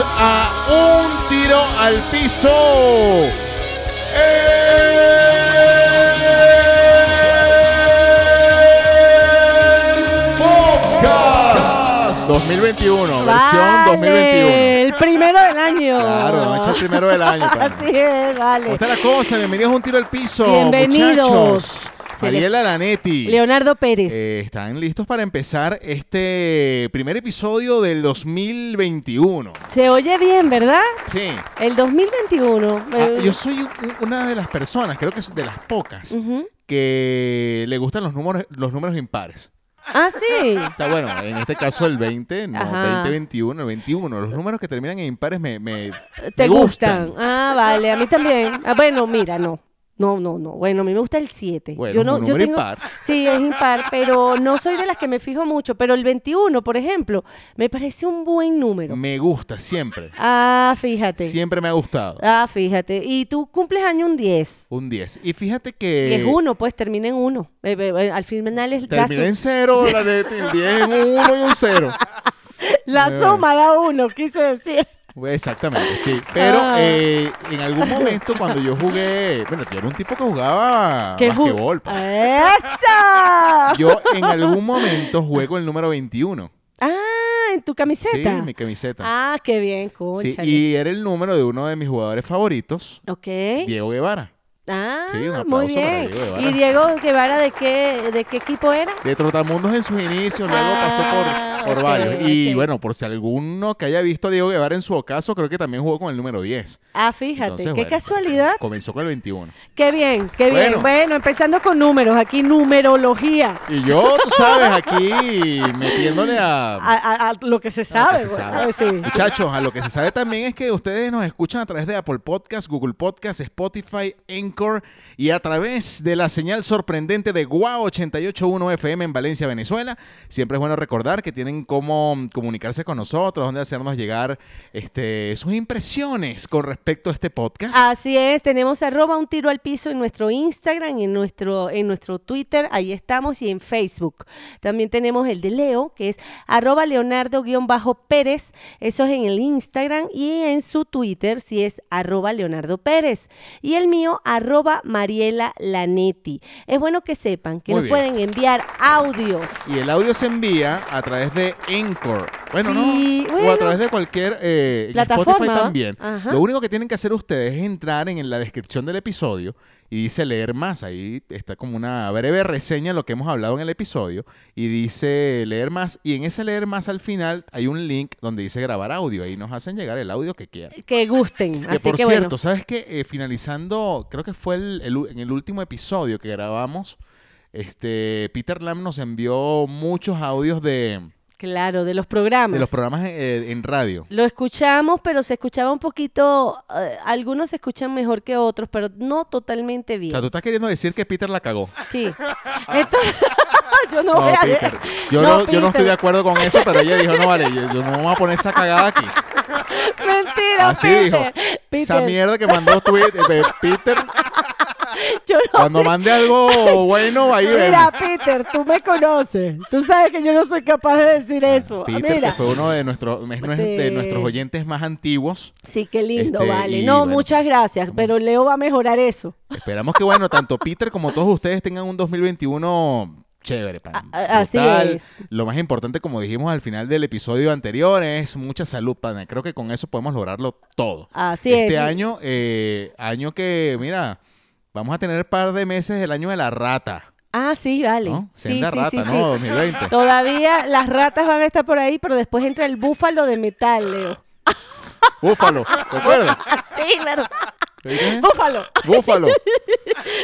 a un tiro al piso. El Podcast 2021, versión Vale, 2021. El primero del año. Claro, vamos a echar el primero del año, pana. Así es, ¿Cómo vale. está la cosa? Bienvenidos a un tiro al piso. Bienvenidos. Muchachos. Se le- Mariela Lanetti. Leonardo Pérez. Eh, están listos para empezar este primer episodio del 2021. Se oye bien, ¿verdad? Sí. El 2021. Ah, eh, yo soy u- una de las personas, creo que es de las pocas, ujú. que le gustan los números, los números impares. Ah, sí. O sea, bueno, en este caso el 20, no, Ajá. 20, 21, el 21. Los números que terminan en impares me, me- me ¿Te gustan? Ah, vale. A mí también. Ah, bueno, mira, no. No, no, no. Bueno, a mí me gusta el 7. Bueno, yo es un no, yo número tengo... impar. Sí, es impar, pero no soy de las que me fijo mucho. Pero el 21, por ejemplo, me parece un buen número. Me gusta siempre. Ah, fíjate. Siempre me ha gustado. Ah, fíjate. Y tú cumples año un 10. Un 10. Y fíjate Que es que... uno, pues termina en uno. Eh, eh, eh, al final es la, Termina en su- cero, la neta, el 10 en un 1 y un 0. la suma da uno, quise decir. Ah, Pues, Exactamente, sí. Pero Ah. eh, en algún momento cuando yo jugué, bueno, yo era un tipo que jugaba ¿Qué ju- basquetbol. pa. ¡Eso! Yo en algún momento jugué con el número 21. Ah, en tu camiseta. Sí, mi camiseta. Ah, qué bien, Sí, concha. y era el número de uno de mis jugadores favoritos, Ok. Diego Guevara, Ah, Sí, un muy aplauso para bien. Diego Guevara. ¿Y Diego Guevara de qué, de qué equipo era? de Trotamundos en sus inicios, luego Ah, pasó por, por ok, varios. Y ok. bueno, por si alguno que haya visto a Diego Guevara en su ocaso, creo que también jugó con el número 10. Ah, fíjate, Entonces, qué bueno, casualidad. Comenzó con el 21. Qué bien, qué Bueno. bien. Bueno, empezando con números, aquí numerología. Y yo, tú sabes, aquí metiéndole A, a- a lo que se A sabe. lo que se bueno, sabe. sí, sí. Muchachos, a lo que se sabe también es que ustedes nos escuchan a través de Apple Podcast, Google Podcast, Spotify, Anchor y a través de la señal sorprendente de Guau 881 FM en Valencia, Venezuela. Siempre es bueno recordar que tienen cómo comunicarse con nosotros, dónde hacernos llegar este, sus impresiones con respecto a este podcast. Así es, tenemos arroba un tiro al piso en nuestro Instagram, en nuestro, en nuestro Twitter, ahí estamos, y en Facebook. También tenemos el de Leo, que es arroba leonardo-pérez, eso es en el Instagram, y en su Twitter, si es arroba leonardo pérez. Y el mío, arroba mariela lanetti. Es bueno que sepan que Muy nos bien. pueden enviar audios. Y el audio se envía a través de Anchor. Bueno, Sí, no. O a bueno. través de cualquier eh, en Plataforma, Spotify ¿va? también. Ajá. Lo único que tienen que hacer ustedes es entrar en, en la descripción del episodio y dice leer más. Ahí está como una breve reseña de lo que hemos hablado en el episodio. Y dice leer más. Y en ese leer más al final hay un link donde dice grabar audio. Ahí nos hacen llegar el audio que quieran. Que gusten. Que Así por que cierto, bueno. ¿sabes qué? Eh, finalizando, creo que fue el- el u- en el último episodio que grabamos, este Peter Lam nos envió muchos audios de, Claro, de los programas. de los programas eh, en radio. Lo escuchamos, pero se escuchaba un poquito, eh, algunos se escuchan mejor que otros, pero no totalmente O bien. sea, tú estás queriendo decir que Peter la cagó. Sí. Entonces, yo no, No, voy a Peter. Yo no, yo no estoy de acuerdo con eso, pero ella dijo, no vale, yo, yo no vamos a poner esa cagada aquí. acuerdo. Mentira, Así Peter. dijo. Esa Peter, mierda que mandó tu- eh, Peter, yo no- cuando mande algo bueno, ahí vemos. Mira, Peter, tú me conoces. Tú sabes que yo no soy capaz de decir eso. Ah, Ah, Peter, Mira. que fue uno de nuestros, es nue- de Sí. nuestros oyentes más antiguos. Sí, qué lindo, Este, vale. y No, bueno. Mm. muchas gracias, pero Leo va a mejorar eso. Esperamos que, bueno, tanto Peter como todos ustedes tengan un 2021 chévere, pan. A- a- así Brutal. es. Lo más importante, como dijimos al final del episodio anterior, es mucha salud, pan. Creo que con eso podemos lograrlo todo. Así este es. año, eh, año que, mira, vamos a tener par de meses del año de la rata, Ah, sí, vale. ¿no? Sí, Senda sí, rata, sí, ¿no? sí. 2020. Todavía las ratas van a estar por ahí, pero después entra el búfalo de metal, Leo. Búfalo, ¿te acuerdas? Sí, ¿verdad? ¿Eh? Búfalo. Búfalo.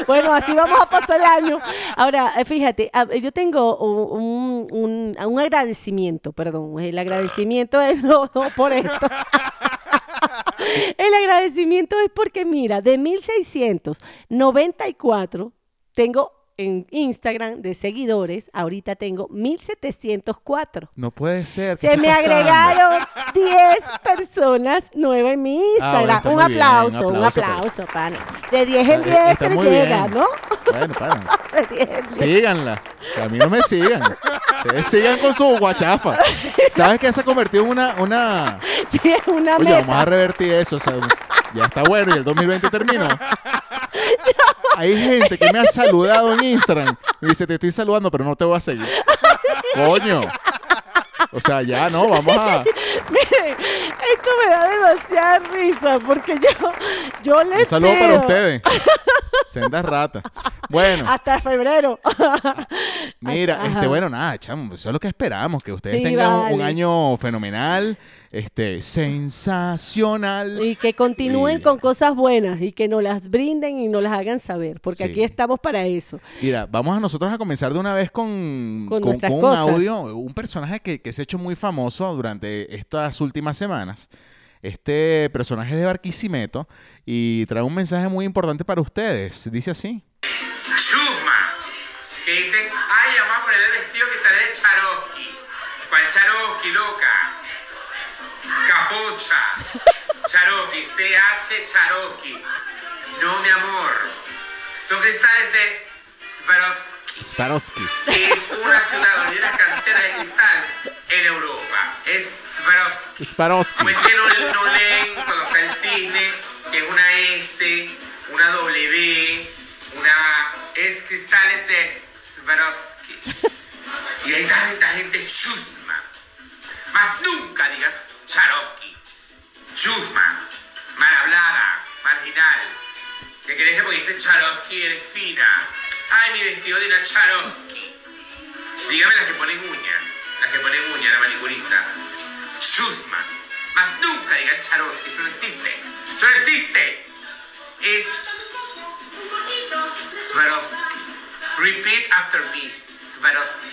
Bueno, así vamos a pasar el año. Ahora, eh, fíjate, a- yo tengo un, un- un- un agradecimiento, perdón, el agradecimiento es no, no por esto. El agradecimiento es porque, mira, de 1694 tengo en Instagram de seguidores, ahorita tengo 1704. No puede ser. ¿qué Se está me pasando? agregaron 10 personas nuevas en mi Ah, bueno, Instagram. está un, muy bien, un aplauso, un aplauso, aplauso, pana. De 10 en Está- 10 está se muy llega, bien. ¿no? Bueno, para. De 10 en 10. Síganla. Que a mí no me sigan. Ustedes sigan con su guachafa. ¿Sabes que se ha convertido en una, una... Sí, es una Oye, meta. vamos a revertir eso. o sea, ya está bueno y el 2020 terminó. Hay gente que me ha saludado en Instagram. Me dice, te estoy saludando, pero no te voy a seguir. Coño. O sea, ya no, vamos a... Miren, esto me da demasiada risa porque yo, yo les Un saludo para pido ustedes. Sendas ratas. Bueno. Hasta febrero. Mira, Ajá. este, bueno, nada, chamo, eso es lo que esperamos, que ustedes Sí, tengan un- un vale. año fenomenal, este, sensacional. Y que continúen Y- con cosas buenas y que nos las brinden y nos las hagan saber, porque Sí. aquí estamos para eso. Mira, vamos a nosotros a comenzar de una vez con, Con nuestras un cosas. audio, un personaje que, que se ha hecho muy famoso durante estas últimas semanas. Este personaje es de Barquisimeto y trae un mensaje muy importante para ustedes. Dice así. Shuma, que dicen, ay, vamos a poner el vestido que está de Charoski. ¿Cuál Charoski, loca? Capocha. Charoski, CH Charoski. No, mi amor. Son cristales de Swarovski. Swarovski. que Es una ciudad de una cantera de cristal en Europa. Es Swarovski. Swarovski. Pues que no, no leen cuando está el cisne, que es una S, una W, una es cristales de Swarovski. Y hay tanta gente chusma. Mas nunca digas Charoski. Chusma, mal hablada, marginal. ¿Qué crees que porque dices Charoski eres fina? Ay, mi vestido de una Charoski. Dígame las que ponen uña, las que ponen uña, la manicurista. Chusmas. Mas nunca digan Charoski, eso no existe. Eso no existe. Es Swarovski. Repeat after me. Swarovski.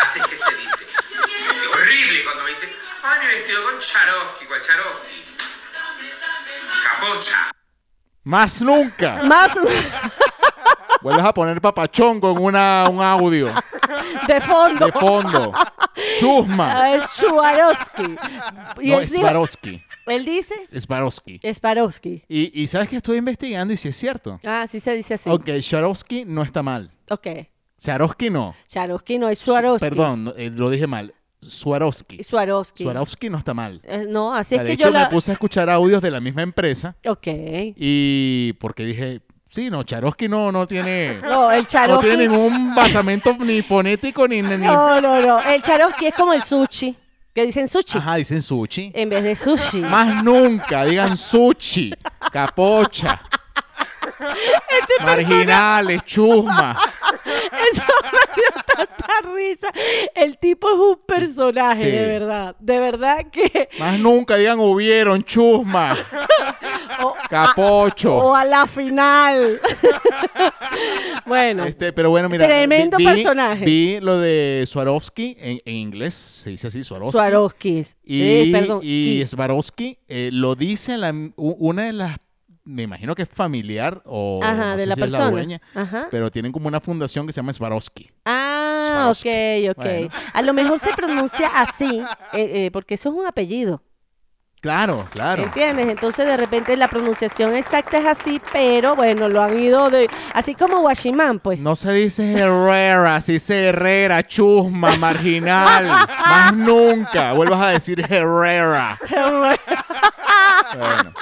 Así es que se dice. Es horrible cuando me dicen, ay, mi vestido con Charoski, con Charoski. Capocha. Más nunca Más vuelves a poner papachongo en una, un audio de fondo. de fondo. Chusma. Ah, Es Swarovski. Y No, él, dijo- Swarovski. él dice Swarovski. Swarovski. Y, y sabes que estoy investigando y si es cierto. Ah, sí se dice así. Ok, Swarovski no está mal. Ok. Swarovski no. Swarovski no es Swarovski. Perdón, no, eh, lo dije mal. Swarovski. Swarovski. Swarovski no está mal. Ah, Eh, no, así es de que hecho, yo la... me puse a escuchar audios de la misma empresa Ok. y porque dije, sí, no, Swarovski no, no tiene, No, el no Swarovski... tiene ningún basamento ni fonético ni... ni- ni- No, no, no. El Swarovski es como el sushi. Que dicen sushi Ajá, dicen sushi. en vez de sushi. Más nunca, digan sushi, capocha, marginales, chusma. Este Eso me dio tanta risa. El tipo es un personaje, Sí. de verdad. De verdad que. Más nunca digan hubieron, chusma, O, capocho. o a la final. bueno. Este, pero bueno, mira. Tremendo vi- vi- personaje. Vi lo de Swarovski en, en inglés, se dice así, Swarovski. Swarovski. Y, Eh, perdón. y Ki. Swarovski eh, lo dice la- u- una de las, me imagino que es familiar o no Ajá, sé de la si es persona. dueña, Ajá. pero tienen como una fundación que se llama Swarovski. Ah, ok, Swarovski. ok. Bueno. A lo mejor se pronuncia así, eh, eh, porque eso es un apellido. Claro, claro. ¿Entiendes? Entonces de repente la pronunciación exacta es así, pero bueno, lo han ido de... Así como Guachimán, pues. No se dice Herrera, se dice Herrera, chusma, marginal. Más nunca vuelvas a decir Herrera. Bueno.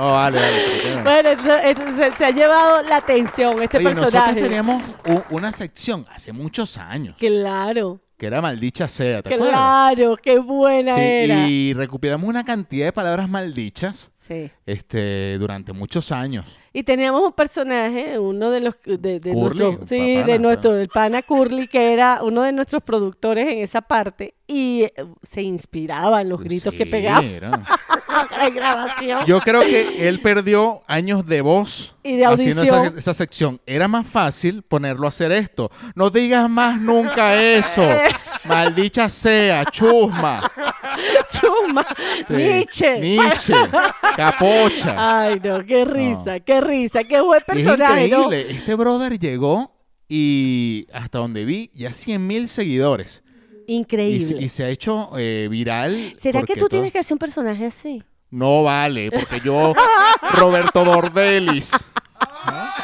Oh, vale, vale. pero bueno. Bueno, entonces, entonces, se ha llevado la atención este Oye, personaje. nosotros teníamos u- una sección hace muchos años Claro, que era maldicha sea, ¿te acuerdas? claro, qué buena Sí, era. y recuperamos una cantidad de palabras maldichas Sí. este, durante muchos años. Y teníamos un personaje, uno de los de, de Curly, pues. nuestro- sí, papana, de nuestro, claro. el pana Curly, que era uno de nuestros productores en esa parte, y eh, se inspiraban los gritos que Sí, pegaba era. la grabación. Yo creo que él perdió años de voz Y de haciendo audición. esa, esa sección. Era más fácil ponerlo a hacer esto. No digas más nunca eso. Maldicha sea, chusma. Chuma, Sí. Nietzsche. Nietzsche. Capocha. Ay, no, qué risa, qué risa, qué buen Y personaje. es ¿no? increíble. Este brother llegó y hasta donde vi, ya 100 mil seguidores. Y, se- Increíble. y se ha hecho eh, viral. ¿Será que porque tú todo- tienes que hacer un personaje así? No vale, porque yo, Roberto Dordelis. ¿Ah?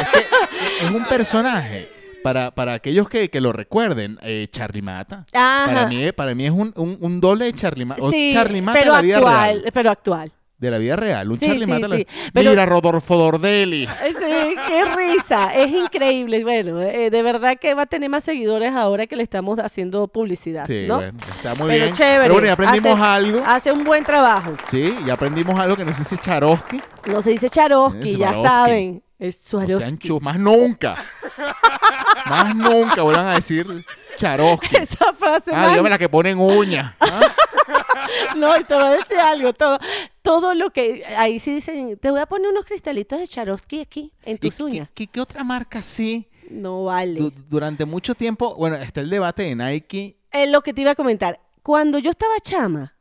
Es, que es un personaje. Para, para aquellos que, que lo recuerden, eh, Charlie Mata. Ajá. Para mí, para mí es un, un, un doble de Charlie Mata. o Sí, Charlie Mata pero de la vida actual, real. pero actual. De la vida real. Un Sí, Charlie sí, Mata. de la- sí. Pero- Mira, Rodolfo Dordelis. Sí, qué risa, es increíble. Bueno, eh, de verdad que va a tener más seguidores ahora que le estamos haciendo publicidad, Sí, ¿no? bueno, está muy Pero bien. chévere. Pero bueno, ya aprendimos Hace- algo. Hace un buen trabajo. Sí, ya aprendimos algo que no sé si es Charosky. No se dice Charosky, Es ya Swarovski. saben. Es O Swarovski. sea, enchu- más nunca. más nunca vuelvan a decir Charosky. Esa frase Ah, más- dígame la que ponen uña. ¿ah? No, y te voy a decir algo. Todo, todo lo que. Ahí sí dicen, te voy a poner unos cristalitos de Charosky aquí, en ¿Y tus qué, uñas. qué- qué otra marca sí? No Du- vale. durante mucho tiempo, bueno, está el debate de Nike. Es lo que te iba a comentar. Cuando yo estaba chama,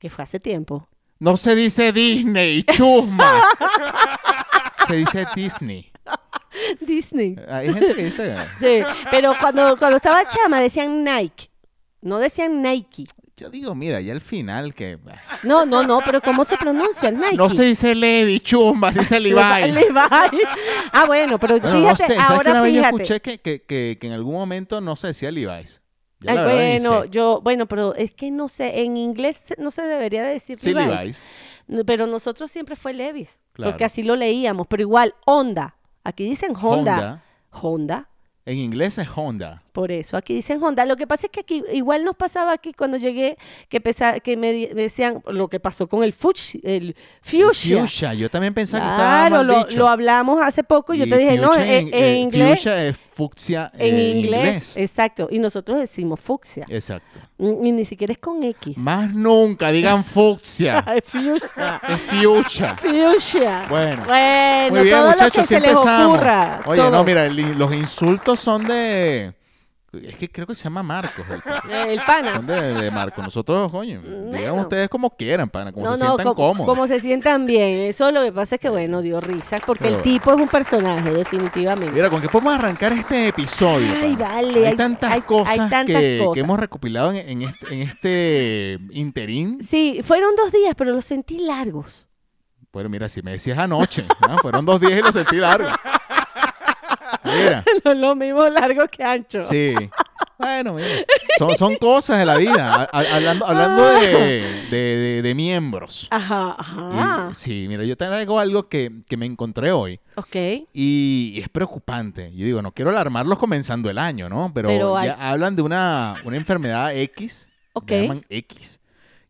que fue hace tiempo, No se dice Disney, chusma. se dice Disney. Disney. Hay gente que dice. Sí, pero cuando, cuando estaba chama decían Nike. No decían Nike. Yo digo, mira, ya al final que. No, no, no, pero ¿cómo se pronuncia el Nike? No se dice Levi, chumba, se dice Levi. Levi. Ah, bueno, pero Bueno, fíjate, no sé, ¿sabes que una ahora vez yo fíjate. escuché que, que, que, que en algún momento no se decía Levi's? Ya Ay, la verdad ni Ah, bueno, sé. yo, bueno, pero es que no sé, en inglés se- no se debería de decir Sí, Levi's. Levi's. No, Pero nosotros siempre fue Levis, Claro. porque así lo leíamos, pero igual Honda. Aquí dicen Honda. Honda. En inglés es Honda. Por eso, aquí dicen Honda. Lo que pasa es que aquí igual nos pasaba aquí cuando llegué que pesa- que me, di- me decían lo que pasó con el, fuch, el Fuchsia. Fuchsia. Yo también pensaba que estaba Claro, mal lo, dicho. lo hablamos hace poco y yo Y te dije, no, fuchsia en, en eh, inglés. Fuchsia es fucsia En eh, inglés, Exacto. Y nosotros decimos fucsia. Exacto. Y ni siquiera es con X. Más nunca digan fucsia. Ay, fuchsia. es fuchsia. Fuchsia. Bueno. Bueno, Muy bien, todo lo que muchachos, sí se les empezamos. ocurra. Oye, todo. no, mira, el in- los insultos son de... Es que creo que se llama Marcos. el- Eh, El Son pana. de, de Marcos. Nosotros, coño, digan Bueno. ustedes como quieran, pana, como no, se no, sientan como, cómodos. como se sientan bien. Eso lo que pasa es que, bueno, dio risa, porque Pero el bueno. tipo es un personaje, definitivamente. Mira, ¿con qué podemos arrancar este episodio? Ay, pana? vale, Hay, hay- tantas, hay- hay cosas tantas que, que cosas. hemos recopilado en, en este, en este interín. Sí, fueron dos días, pero los sentí largos. Bueno, mira, si me decías anoche, ¿no? fueron dos días y lo sentí largo. Mira, no es lo mismo largo que ancho. sí. Bueno, mira, son, son cosas de la vida. Ha- ha- Hablando, hablando de, de, de- de miembros. Ajá, Y- ajá. sí, mira, yo traigo algo que, que me encontré hoy Ok. y es preocupante. Yo digo, no quiero alarmarlos comenzando el año, ¿no? Pero, Pero hay- ya hablan de una, una enfermedad X, Ok. le llaman X,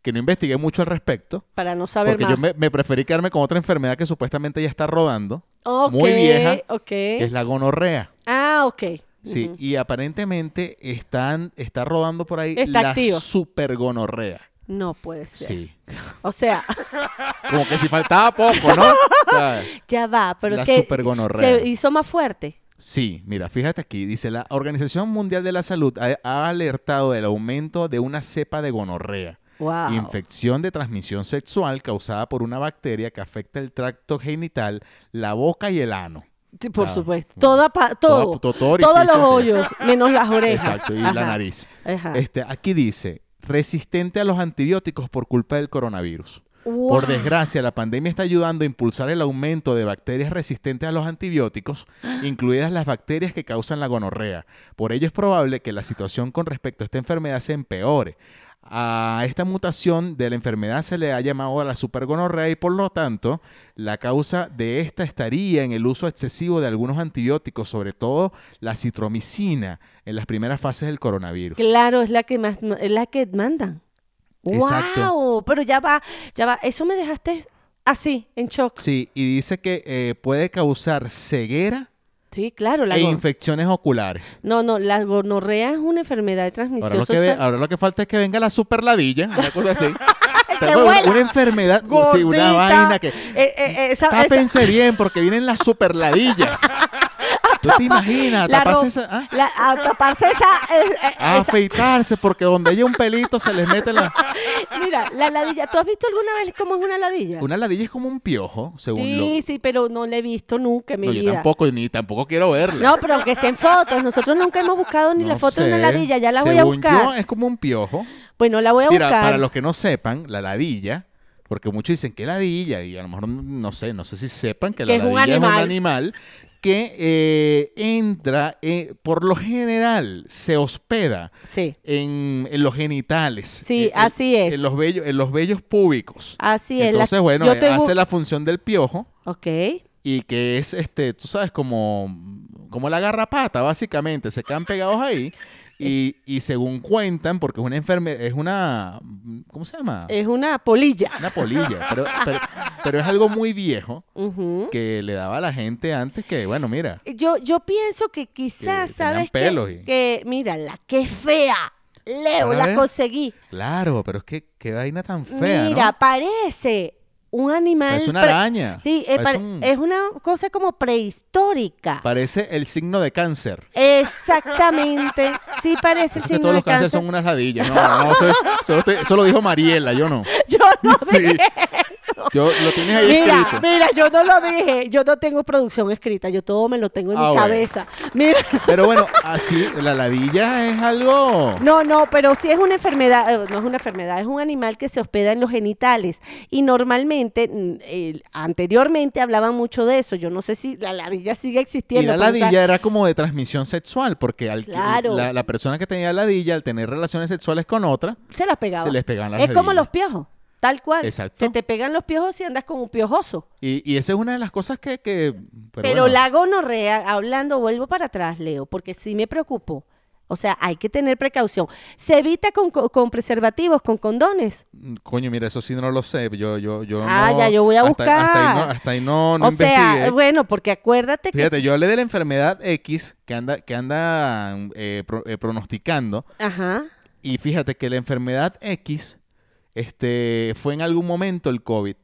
que no investigué mucho al respecto. Para no saber Porque más. yo me, me preferí quedarme con otra enfermedad que supuestamente ya está rodando, Ok, muy vieja, ok. que es la gonorrea. Ah, ok. Sí, Ujú. y aparentemente están, está rodando por ahí Está la activo. supergonorrea. No puede ser. Sí. O sea, Como que si faltaba poco, ¿no? O sea, ya va, pero La que supergonorrea. se hizo más fuerte. Sí, mira, fíjate aquí, dice la Organización Mundial de la Salud ha, ha alertado del aumento de una cepa de gonorrea, Wow. infección de transmisión sexual causada por una bacteria que afecta el tracto genital, la boca y el ano. Sí, por Claro. supuesto. Toda pa- todo. Toda- todo orificio todos los que- hoyos, menos las orejas. Exacto, y Ajá, la nariz. ajá. Este, aquí dice, resistente a los antibióticos por culpa del coronavirus. Por Wow. desgracia, la pandemia está ayudando a impulsar el aumento de bacterias resistentes a los antibióticos, incluidas las bacterias que causan la gonorrea. Por ello es probable que la situación con respecto a esta enfermedad se empeore. A esta mutación de la enfermedad se le ha llamado la supergonorrea y por lo tanto la causa de esta estaría en el uso excesivo de algunos antibióticos, sobre todo la citromicina, en las primeras fases del coronavirus. Claro, es la que más es la que mandan. Exacto. Wow, pero ya va, ya va. Eso me dejaste así, en shock. Sí, y dice que eh, puede causar ceguera Sí, claro, la e gon- infecciones oculares. No, no, la gonorrea es una enfermedad de transmisión Ahora lo, que ve- sexual. ahora lo que falta es que venga la superladilla, una cosa así. Pero Que una- vuela. una, enfermedad, ah, sí, una Gordita. vaina que... Eh, eh, esa- esa- Tápense bien porque vienen las superladillas. ¿Tú te imaginas? la Taparse ro- esa- ah, la- a taparse esa, eh, eh, a esa- afeitarse porque donde haya un pelito se les mete la... Mira, la ladilla. ¿Tú has visto alguna vez cómo es una ladilla? Una ladilla es como un piojo, según lo... sí, sí, pero no la he visto nunca en mi No, yo vida. tampoco, ni tampoco quiero verla. No, pero aunque sean fotos. Nosotros nunca hemos buscado ni No la foto de una sé. ladilla. Ya la voy a Según buscar. yo, es como un piojo. Bueno, la voy a Mira, buscar. para los que no sepan, la ladilla Porque muchos dicen que ladilla, y a lo mejor no sé, no sé si sepan que, Que la es un ladilla es un animal. animal que eh, entra, eh, por lo general, se hospeda Sí. en, en los genitales. eh, Sí, en- en- así es. En los vellos, en los vellos púbicos. Así es. la- Entonces, bueno, yo eh, te bu- hace la función del piojo Ok. y que es, este, tú sabes, como, como la garrapata, básicamente. Se quedan pegados ahí y, y según cuentan, porque es una enfermedad, es una, ¿cómo se llama? Es una polilla. Una polilla, pero, pero, pero es algo muy viejo Ujú. que le daba a la gente antes que, bueno, mira, Yo, yo pienso que quizás, Que tenían ¿sabes? qué? pelos y- Que, mira, la que fea. Leo, ¿Para la ver? conseguí. claro, pero es que qué vaina tan fea, mira, ¿no? parece un animal. Parece una pre- araña. Sí, eh, Parece pare- un- es una cosa como prehistórica. Parece el signo de cáncer. Exactamente. Sí parece el Parece que signo todos de los cánceres cáncer. son unas ladillas. No, no, no, estoy- solo estoy- eso lo dijo Mariela, yo no. Yo no Sí. dije eso. Yo, lo tienes ahí Mira, escrito. mira, yo no lo dije. Yo no tengo producción escrita. Yo todo me lo tengo en Ah, mi bueno. cabeza. Mira. Pero bueno, así, la ladilla es algo. No, no, pero sí es una enfermedad, eh, no es una enfermedad, es un animal que se hospeda en los genitales. Y normalmente, mm, eh, anteriormente hablaban mucho de eso. Yo no sé si la ladilla sigue Y existiendo. la pero, o sea, ladilla era como de transmisión sexual, porque al- Claro. la, la persona que tenía ladilla, al tener relaciones sexuales con otra, Se las pegaba. se les pegaban las Es como ladillas. los piojos, tal cual. Exacto. Se te pegan los piojos si andas con un piojoso. y, y esa es una de las cosas que. que- Pero, bueno, la gonorrea, hablando, vuelvo para atrás, Leo, porque sí me preocupo. O sea, hay que tener precaución. Se evita con, co- con preservativos, con condones. mm, Coño, mira, eso sí no lo sé. Yo, yo, yo ah, no- ya, yo voy a hasta- buscar. Hasta ahí no, hasta ahí no, no o sea, investigué. bueno, porque acuérdate que Fíjate, yo hablé de la enfermedad X que anda, que anda eh, pro- eh, pronosticando. Ajá. Y fíjate que la enfermedad X este, fue en algún momento el COVID.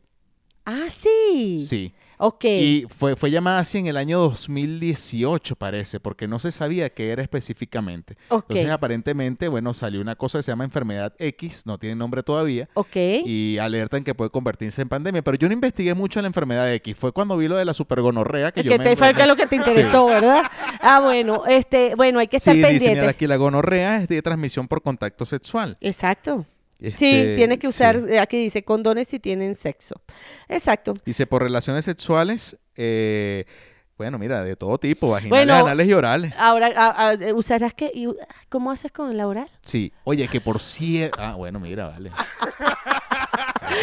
Ah, sí. Sí. Ok. Y fue, fue llamada así en el año 2018, parece, porque no se sabía qué era específicamente. Ok. Entonces, aparentemente, bueno, salió una cosa que se llama enfermedad X, no tiene nombre todavía, ok. y alertan que puede convertirse en pandemia. Pero yo no investigué mucho la enfermedad X, fue cuando vi lo de la supergonorrea que, que yo me... te fue que es lo que te interesó, ¿verdad? Ah, bueno, este, bueno, hay que estar Sí, dice, pendiente. mira, aquí la gonorrea es de transmisión por contacto sexual. Exacto. sí, Este, tienes que usar, sí. eh, aquí dice, condones si tienen sexo. Exacto. Dice, por relaciones sexuales, eh, bueno, mira, de todo tipo, vaginales, Bueno. anales y orales. Ahora, a- a- eh, ¿usarás qué? ¿Y, u- ¿Cómo haces con el oral? Sí, oye, que por cierto... Ah, bueno, mira, vale.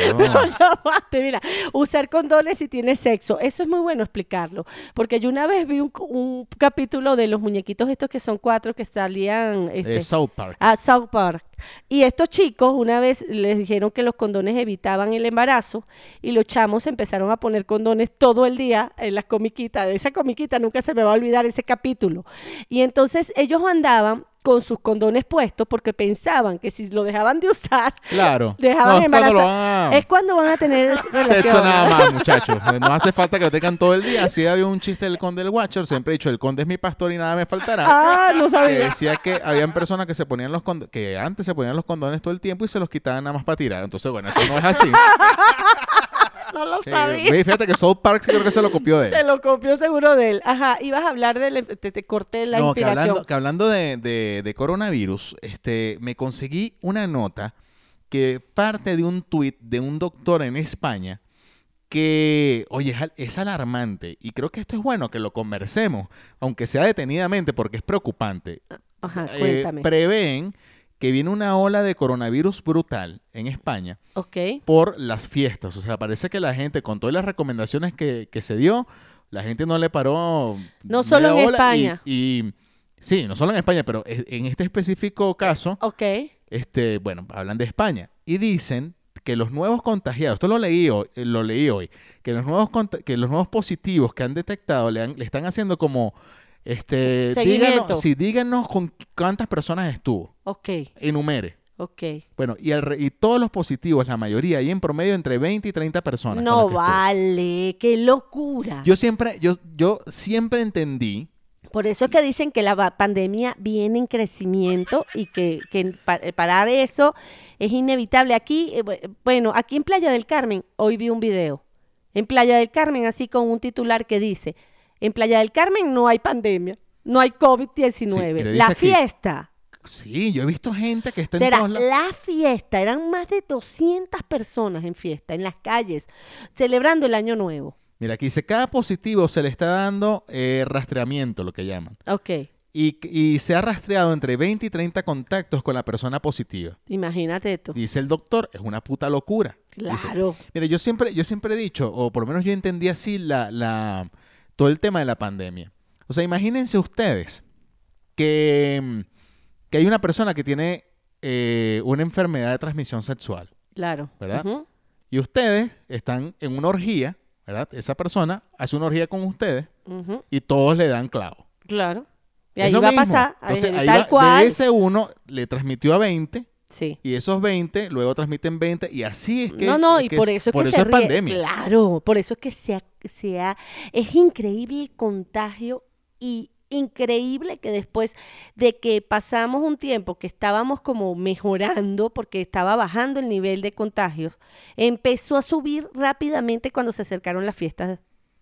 No. Pero ya basta, mira, usar condones si tienes sexo. Eso es muy bueno explicarlo. Porque yo una vez vi un, un capítulo de los muñequitos estos que son cuatro que salían... Este, Eh, South Park. a South Park. Y estos chicos una vez les dijeron que los condones evitaban el embarazo y los chamos empezaron a poner condones todo el día en las comiquitas. De esa comiquita nunca se me va a olvidar ese capítulo. Y entonces ellos andaban con sus condones puestos porque pensaban que si lo dejaban de usar, Claro. dejaban no, es cuando embarazar. lo van a- Es cuando van a tener Sexo relación. nada más, muchachos. No hace falta que lo tengan todo el día. Así había un chiste del conde del Watcher. Siempre he dicho, el conde es mi pastor y nada me faltará. Ah, no Que sabía. decía que habían personas que se ponían los condo- que antes se ponían los condones todo el tiempo y se los quitaban nada más para tirar. Entonces, bueno, eso no es así. No lo Eh, sabía. ve, fíjate que South Park sí creo que se lo copió de él. Te lo copió seguro de él. Ajá, ibas a hablar de... Te, te corté la no, que inspiración. hablando, que hablando de, de- de coronavirus, este, me conseguí una nota que parte de un tuit de un doctor en España que, oye, es, al- es alarmante y creo que esto es bueno que lo conversemos, aunque sea detenidamente porque es preocupante. Ajá, Eh, Ah, cuéntame. prevén que viene una ola de coronavirus brutal en España ok. por las fiestas. O sea, parece que la gente, con todas las recomendaciones que, que se dio, la gente no le paró. No solo media en bola y- España. Y, sí, no solo en España, pero e- en este específico caso, Ok. este, bueno, hablan de España y dicen que los nuevos contagiados, esto lo leí hoy, eh, lo leí hoy que los nuevos conta- que los nuevos positivos que han detectado le, han- le están haciendo como este Seguimiento. díganos, sí, díganos con cuántas personas estuvo, Ok, enumere. ok. Bueno, y, al re- y todos los positivos, la mayoría, y en promedio entre 20 y 30 personas. con No las que estuve. vale, qué locura. Yo siempre, yo, yo siempre entendí, Por eso es que dicen que la va- pandemia viene en crecimiento y que, que pa- eh, parar eso es inevitable. Aquí, eh, bu- bueno, aquí en Playa del Carmen, hoy vi un video. En Playa del Carmen, así con un titular que dice, en Playa del Carmen no hay pandemia, no hay COVID-19. Sí, mira, dice la aquí- fiesta Sí, yo he visto gente que está en Será todos lados. la fiesta, eran más de 200 personas en fiesta, en las calles, celebrando el año nuevo. Mira, aquí dice, cada positivo se le está dando eh, rastreamiento, lo que llaman. Ok, Y, y se ha rastreado entre 20 y 30 contactos con la persona positiva. imagínate esto. Dice el doctor, es una puta locura. Dice, Claro. Mira, yo siempre, yo siempre he dicho, o por lo menos yo entendí así la, la, todo el tema de la pandemia. O sea, imagínense ustedes que, mm, que hay una persona que tiene eh, una enfermedad de transmisión sexual. Claro. ¿Verdad? Ujú. Y ustedes están en una orgía, ¿verdad? Esa persona hace una orgía con ustedes Ujú. y todos le dan clavo. Claro. Y Es ahí lo va a mismo. pasar, ahí- Entonces, ahí tal va- cual. De ese uno le transmitió a 20 Sí. y esos 20 luego transmiten 20 y así es que... no, no, y que por eso es que eso se es ríe. pandemia. Claro, por eso es que se ha, se ha- es increíble el contagio y increíble que después de que pasamos un tiempo que estábamos como mejorando porque estaba bajando el nivel de contagios, empezó a subir rápidamente cuando se acercaron las fiestas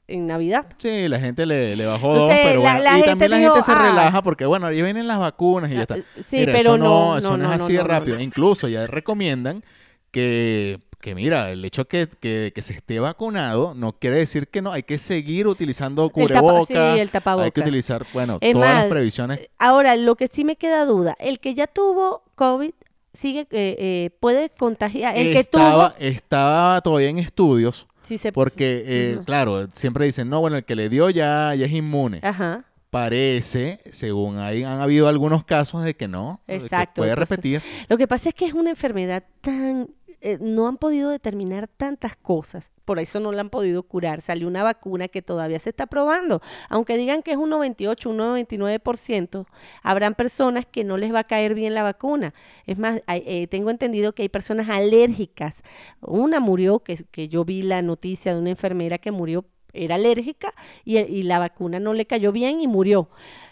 en Navidad. Sí, la gente le, le bajó Entonces, dos, pero la- bueno. la y gente también la dijo, gente se "Ah". relaja porque, bueno, ahí vienen las vacunas y ya está. Sí, Mira, pero eso no, no, eso no, no, no, es no, así de no, no, rápido. Incluso ya recomiendan que, que mira, el hecho que, que, que se esté vacunado no quiere decir que no, hay que seguir utilizando tapa- sí, cubrebocas. el Hay que tapabocas. utilizar, bueno, Es todas las más, previsiones. Ahora, lo que sí me queda duda, el que ya tuvo COVID sigue, eh, eh, puede contagiar, el que tuvo... estaba, estaba todavía en estudios Sí, se... porque, eh, Ujú. claro, siempre dicen, no, bueno, el que le dio ya, ya es inmune. Ajá. Parece, según hay, han habido algunos casos de que no, de que Exacto, puede entonces- repetir. Lo que pasa es que es una enfermedad tan... eh, no han podido determinar tantas cosas, por eso no la han podido curar. Salió una vacuna que todavía se está probando. Aunque digan que es un 98, un 99%, habrán personas que no les va a caer bien la vacuna. Es más, hay- eh, tengo entendido que hay personas alérgicas. Una murió, que, que yo vi la noticia de una enfermera que murió, era alérgica y, y la vacuna no le cayó bien y murió.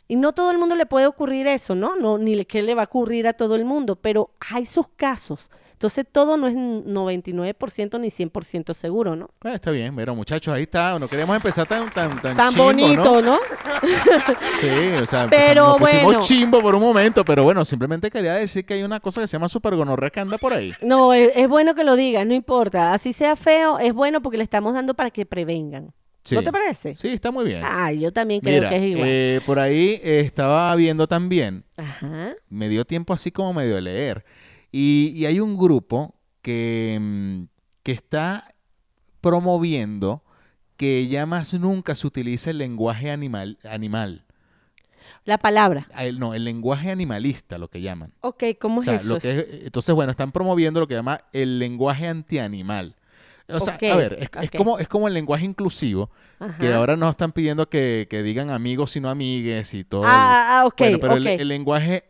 Y no todo el mundo le puede ocurrir eso, ¿no? no ni le- que le va a ocurrir a todo el mundo, pero hay sus casos. Entonces todo no es 99% ni 100% seguro, ¿no? Bueno, Pues, está bien, pero muchachos, ahí está. No queríamos empezar tan tan tan, Tan chimbo, ¿no? bonito, ¿no? Sí, o sea, empezamos- Pero nos pusimos bueno. chimbo por un momento, pero bueno, simplemente quería decir que hay una cosa que se llama supergonorrea que anda por ahí. No, e, es, es bueno que lo digas, no importa. Así sea feo, es bueno porque le estamos dando para que prevengan. Sí. ¿No te parece? Sí, está muy bien. Ah, yo también creo Mira, que es igual. eh, por ahí eh, estaba viendo también, Ajá. me dio tiempo así como medio de leer, y, y hay un grupo que, mm, que está promoviendo que ya más nunca se utilice el lenguaje animal, animal. La palabra. Ah, el- No, el lenguaje animalista, lo que llaman. Ok, ¿cómo O es sea, eso? lo que es- entonces, bueno, están promoviendo lo que llama el lenguaje antianimal. O sea, Ok, a ver, es, es ok. como, es como el lenguaje inclusivo, que Ajá. ahora nos están pidiendo que, que digan amigos sino amigues y todo. el- Ah, ah, ok, bueno, pero el- ok. el, lenguaje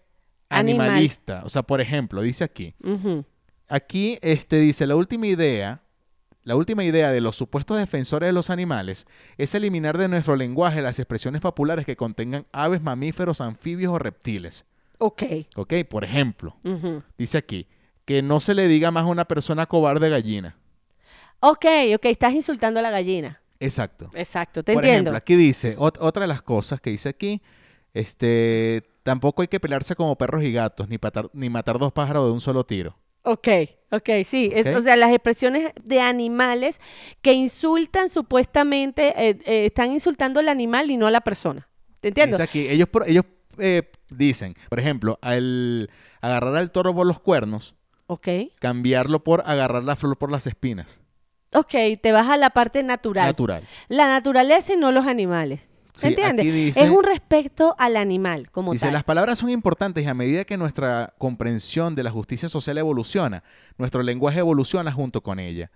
Animal. animalista. O sea, por ejemplo, dice aquí. Ujú. Aquí este, dice la última idea. La última idea de los supuestos defensores de los animales es eliminar de nuestro lenguaje las expresiones populares que contengan aves, mamíferos, anfibios o reptiles. Ok. ¿Ok? Por ejemplo, Ujú. Dice aquí que no se le diga más a una persona cobarde gallina. Ok, ok, estás insultando a la gallina. Exacto. Exacto, te Por entiendo. ejemplo, aquí dice, ot- otra de las cosas que dice aquí, este, tampoco hay que pelearse como perros y gatos, ni, patar- ni matar dos pájaros de un solo tiro. Ok, ok, sí. es- Ok. o sea, las expresiones de animales que insultan supuestamente, eh, eh, están insultando al animal y no a la persona. ¿Te entiendo? Dice aquí, ellos, pro- ellos eh, dicen, por ejemplo, al agarrar al toro por los cuernos, Ok. cambiarlo por agarrar la flor por las espinas. Ok, te vas a la parte natural. Natural. la naturaleza y no los animales. Sí, ¿Se entiende? aquí dice- es un respeto al animal como Dice, tal. las palabras son importantes y a medida que nuestra comprensión de la justicia social evoluciona, nuestro lenguaje evoluciona junto con ella.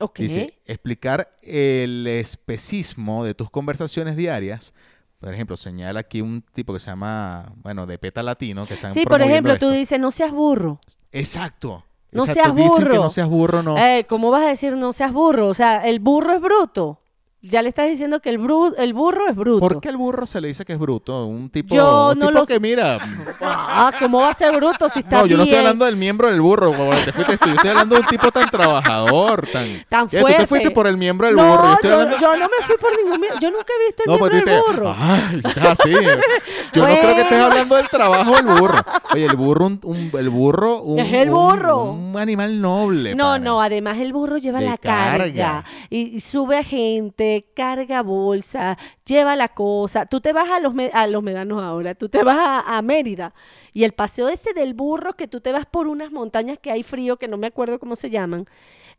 Ok. Dice, explicar el especismo de tus conversaciones diarias. Por ejemplo, señala aquí un tipo que se llama, bueno, de peta latino, que están Sí, por promoviendo ejemplo, tú esto. dices, no seas burro. Exacto. No exacto. seas Dicen que burro. no seas burro, no. Eh, ¿Cómo vas a decir no seas burro? O sea, el burro es bruto. Ya le estás diciendo que el, bru- el burro es bruto. ¿Por qué al burro se le dice que es bruto? Un tipo, Yo un no tipo lo que sé. mira. Ah, ¿cómo va a ser bruto si está No, yo no estoy bien? hablando del miembro del burro, como te fuiste tú. Yo estoy hablando de un tipo tan trabajador, tan. Tan Ya, fuerte. Tú te fuiste por el miembro del no, burro. Yo estoy yo, hablando- yo no me fui por ningún miembro. Yo nunca he visto Este el No, pues tú miembro del dices, burro. ay, estás así. Yo no creo que estés Bueno. hablando del trabajo del burro. Oye, el burro, un, un- el burro, un, Es el un- burro. un animal noble. No, pana. no, además el burro lleva De la carga, carga. Y, y sube a gente, carga bolsa, lleva la cosa. Tú te vas a los, me- a los medanos ahora, tú te vas a, a Mérida y el paseo ese del burro que tú te vas por unas montañas que hay frío, que no me acuerdo cómo se llaman,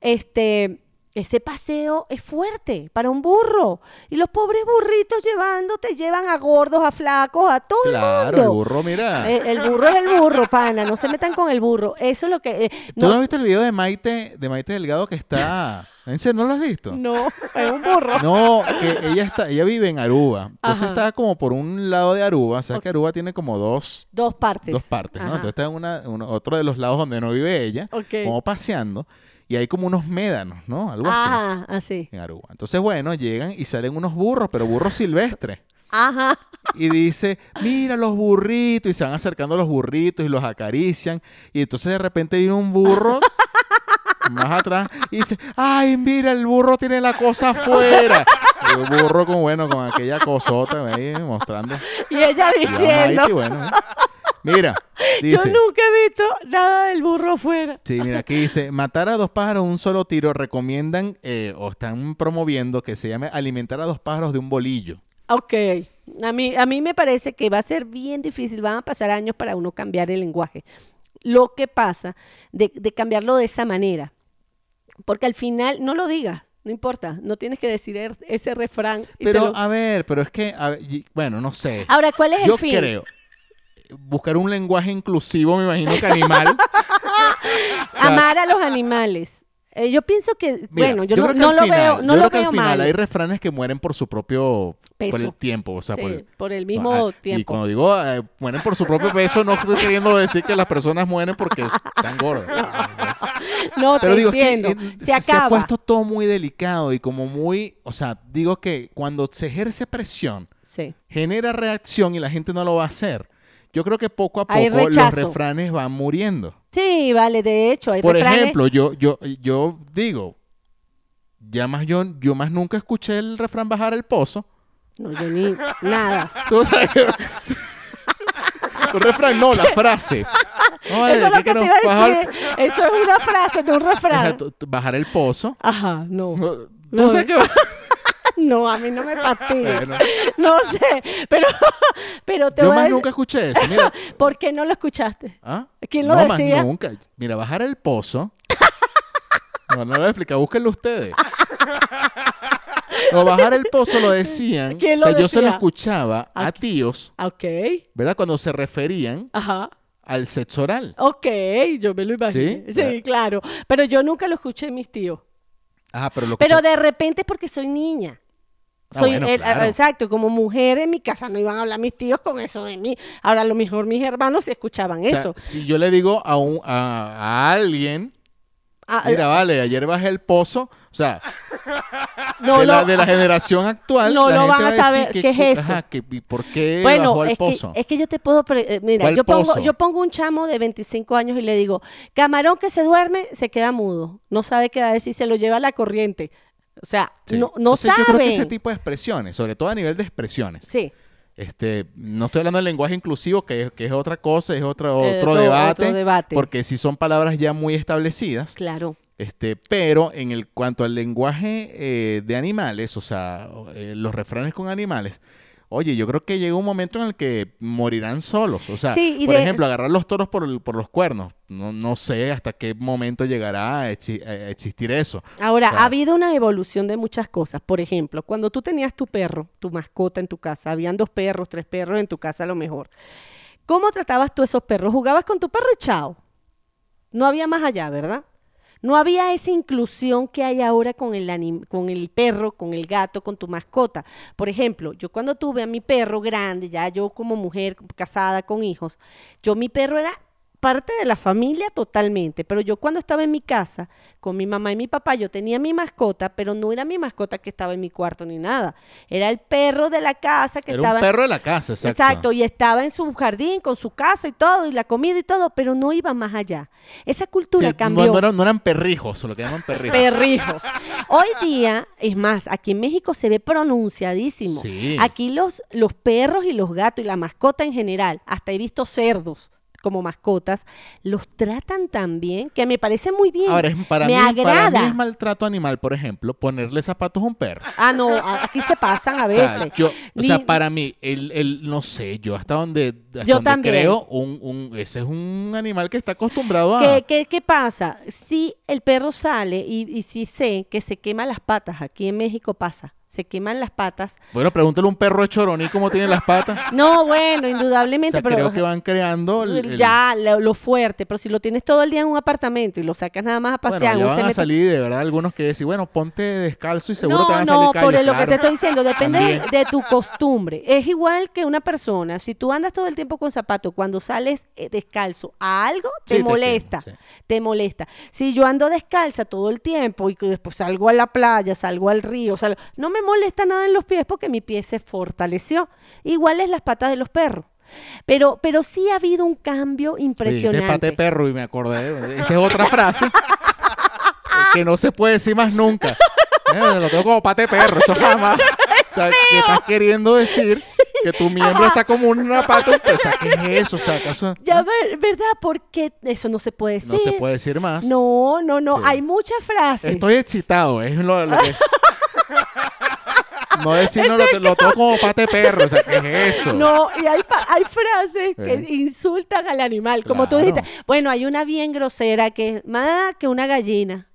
este... Ese paseo es fuerte para un burro. Y los pobres burritos llevándote llevan a gordos, a flacos, a todo el Claro, mundo. el burro, mira. Eh, el burro es el burro, pana. No se metan con el burro. Eso es lo que. eh, ¿Tú no viste el video de Maite, de Maite Delgado que está? ¿En serio no lo has visto? No, es un burro. No, que ella está, ella vive en Aruba. Entonces Ajá. está como por un lado de Aruba. Sabes que Aruba tiene como dos, Dos partes. dos partes, ¿no? Ajá. Entonces está en una, uno- otro de los lados donde no vive ella, Ok. como paseando, y hay como unos médanos, ¿no? Algo así Ajá, Ah, así. en Aruba. Entonces, bueno, llegan y salen unos burros, pero burros silvestres. Ajá. Y dice, mira los burritos, y se van acercando los burritos y los acarician. Y entonces de repente viene un burro más atrás y dice, ay, mira, el burro tiene la cosa afuera. Y el burro con, bueno, con aquella cosota ahí mostrando. Y ella Y la diciendo, Mighty, bueno, ¿eh? mira, yo dice... nunca he visto nada del burro afuera. Sí, mira, aquí dice, matar a dos pájaros de un solo tiro recomiendan eh, o están promoviendo que se llame alimentar a dos pájaros de un bolillo. Ok. A mí, a mí me parece que va a ser bien difícil, van a pasar años para uno cambiar el lenguaje. Lo que pasa de, de cambiarlo de esa manera. Porque al final, no lo digas, no importa, no tienes que decir er- ese refrán. y te Pero, lo- a ver, pero es que, a ver, y- bueno, no sé. Ahora, ¿cuál es Yo el fin? creo. Buscar un lenguaje inclusivo, me imagino que animal. sea- Amar a los animales. Eh, yo pienso que, Mira, bueno, yo yo, no, creo que no al lo final- veo, no yo creo lo que al veo final mal. hay refranes que mueren por su propio Peso. por el tiempo, o sea, Sí, por el mismo Ah, Y tiempo. cuando digo eh, mueren por su propio peso, no estoy queriendo decir que las personas mueren porque están gordas. No, Pero te digo, es que, entiendo. eh, se acaba. ha puesto todo muy delicado y como muy, o sea, digo que cuando se ejerce presión, Sí. genera reacción y la gente no lo va a hacer. Yo creo que poco a Hay poco los rechazo. refranes van muriendo. Sí, vale, de hecho, hay Por refranes- ejemplo, yo, yo, yo digo, ya más yo, yo más nunca escuché el refrán bajar el pozo. No, yo ni nada. Tú sabes que- el refrán, no, la frase. No, vale, Eso es ¿qué lo que te queremos? iba a Bajar- decir. Eso es una frase, no un refrán. Ajá, tú- tú- Bajar el pozo. Ajá, no. No sé qué. No, a mí no me fastidia. Bueno. No sé, pero, pero te Yo voy a más decir- nunca escuché eso. Mira, ¿Por qué no lo escuchaste? ¿Ah? ¿Quién lo no, más decía? nunca. Mira, bajar el pozo. No, no lo voy a explicar, búsquenlo ustedes. No, bajar el pozo lo decían. ¿Quién o sea, lo yo se lo decía? escuchaba a tíos, Ah, Ok, ¿verdad? Cuando se referían ajá. al sexo oral. Ok, yo me lo imaginé. ¿Sí? Sí, claro. Pero yo nunca lo escuché mis tíos. Ah, pero lo Pero escuché- de repente es porque soy niña. Ah, Soy, bueno, eh, claro. Exacto, como mujer en mi casa no iban a hablar mis tíos con eso de mí. Ahora a lo mejor mis hermanos sí escuchaban o sea, eso. si yo le digo a, un, a, a alguien, Ah, mira, vale, ayer bajé el pozo, o sea, Ah, no de, la, lo- de la generación actual, no la lo gente van a va decir saber que- qué es ajá, eso. que- ¿y ¿Por qué bajó bueno, el es que, pozo? es que yo te puedo. pre- eh, mira, ¿Cuál yo pongo, pozo? yo pongo un chamo de 25 años y le digo: Camarón que se duerme se queda mudo. No sabe qué va a decir, se lo lleva a la corriente. O sea, Sí. no, no Entonces, Yo creo que ese saben. tipo de expresiones, sobre todo a nivel de expresiones, Sí. este, no estoy hablando del lenguaje inclusivo, que es, que es otra cosa, es otro, Eh, otro, otro- debate, otro debate. porque si son palabras ya muy establecidas, Claro. este, pero en el cuanto al lenguaje eh, de animales, o sea, o- eh, los refranes con animales. Oye, yo creo que llega un momento en el que morirán solos. O sea, Sí, y por de- ejemplo, agarrar los toros por, el- por los cuernos. No, no sé hasta qué momento llegará a, exi- a existir eso. Ahora, Claro. ha habido una evolución de muchas cosas. Por ejemplo, cuando tú tenías tu perro, tu mascota en tu casa, habían dos perros, tres perros en tu casa a lo mejor. ¿Cómo tratabas tú a esos perros? ¿Jugabas con tu perro y chao? No había más allá, ¿verdad? No había esa inclusión que hay ahora con el, anim- con el perro, con el gato, con tu mascota. Por ejemplo, yo cuando tuve a mi perro grande, ya yo como mujer casada con hijos, yo mi perro era parte de la familia totalmente, pero yo cuando estaba en mi casa con mi mamá y mi papá, yo tenía mi mascota, pero no era mi mascota que estaba en mi cuarto ni nada, era el perro de la casa que Era estaba un perro de la casa, exacto. Exacto, y estaba en su jardín con su casa y todo, y la comida y todo, pero no iba más allá. Esa Sí, cultura no- cambió. No, eran, no eran perrijos, lo que llaman perrijos. Perrijos. Hoy día, es más, aquí en México se ve pronunciadísimo. Sí. Aquí los, los perros y los gatos y la mascota en general, hasta he visto cerdos como mascotas, los tratan tan bien que me parece muy bien. Ahora, es- para, me mí, agrada. para mí es maltrato animal, por ejemplo, ponerle zapatos a un perro. Ah, no, a- aquí se pasan a O sea, veces. yo- o sea, Ni- para mí, el, el- no sé, yo hasta donde, hasta Yo donde también. creo, un, un- ese es un animal que está acostumbrado a... ¿Qué, qué, qué pasa? Si el perro sale y, y si sé que se quema las patas, aquí en México pasa, se queman las patas. Bueno, pregúntale a un perro de choroní cómo tiene las patas. No, bueno, O indudablemente, sea, pero creo que van creando... el- el- ya lo, lo fuerte, pero si lo tienes todo el día en un apartamento y lo sacas nada más a Bueno, pasear, ya un van a cemento- salir de verdad algunos que decir, bueno, ponte descalzo y seguro no, te van a salir no, callos, por lo que claro. te estoy diciendo, depende de, También. de tu costumbre. Es igual que una persona, si tú andas todo el tiempo con zapato, cuando sales eh, descalzo a algo, te Sí, te molesta, quema, te molesta. Si yo ando descalza todo el tiempo y que después salgo a la playa, salgo al río, salgo- no me molesta nada en los pies porque mi pie se fortaleció. Igual es las patas de los perros. Pero, pero sí ha habido un cambio Oye, dijiste pata de impresionante. perro y me acordé. Esa es otra frase que no se puede decir más nunca. Eh, lo tengo como pate perro, eso jamás. O sea, que estás queriendo decir que tu miembro está como una pata. de un perro. O sea, ¿qué es eso? O sea, ¿acaso Ya, ver- ¿verdad? Porque eso no se puede decir. no se puede decir más? No, no, no. Sí. Hay muchas frases. Estoy excitado, es lo, lo que... No decir, no, lo, lo tengo como pata de perro. O sea, ¿qué es eso? No, y hay, pa- hay frases que Eh. insultan al animal, como tú Claro. dijiste. Bueno, hay una bien grosera que es más que una gallina.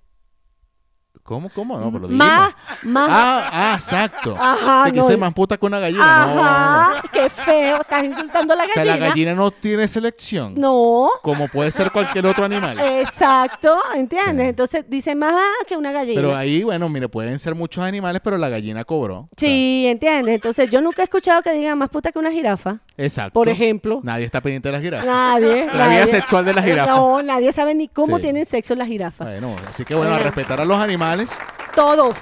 ¿Cómo, cómo? No, pero lo Más, dijimos. más. Ah, ah, exacto. Ajá, De que no. soy más puta que una gallina. No, no, no. Ajá, qué feo. Estás insultando a la O gallina. sea, la gallina no tiene selección. No, Eh, Como puede ser cualquier otro animal. exacto, ¿entiendes? Sí. Entonces dice más que una gallina. pero ahí, bueno, mire, pueden ser muchos animales, pero la gallina cobró. Sí, ¿entiendes? Entonces yo nunca he escuchado que digan más puta que una jirafa. O sea, exacto. Por ejemplo. Nadie está pendiente de las jirafas. Nadie. La nadie. vida sexual de la jirafa. No, nadie sabe ni cómo Sí. tienen sexo las jirafas. Bueno, así que bueno, a Oigan. respetar a los animales. Todos.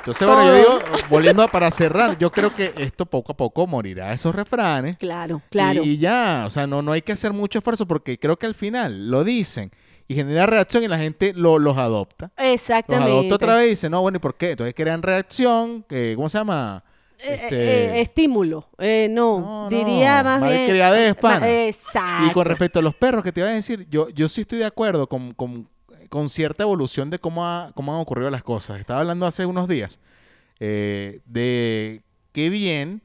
Entonces, bueno, yo digo, Todo. volviendo a- para cerrar, yo creo que esto poco a poco morirá esos refranes. Claro, claro. Y, y ya, o sea, no, no hay que hacer mucho esfuerzo porque creo que al final lo dicen y genera reacción y la gente lo, los adopta. Los Exactamente. adopta otra vez y dice, no, bueno, ¿y por qué? Entonces crean reacción, eh, ¿cómo se llama? Eh, Este, eh, estímulo. Eh, no, No, no, diría más bien. malcriadez, pana. Ma- Exacto. y con respecto a los perros, que te iba a decir, yo, yo sí estoy de acuerdo con, con- con cierta evolución de cómo, ha- cómo han ocurrido las cosas. Estaba hablando hace unos días eh, de qué bien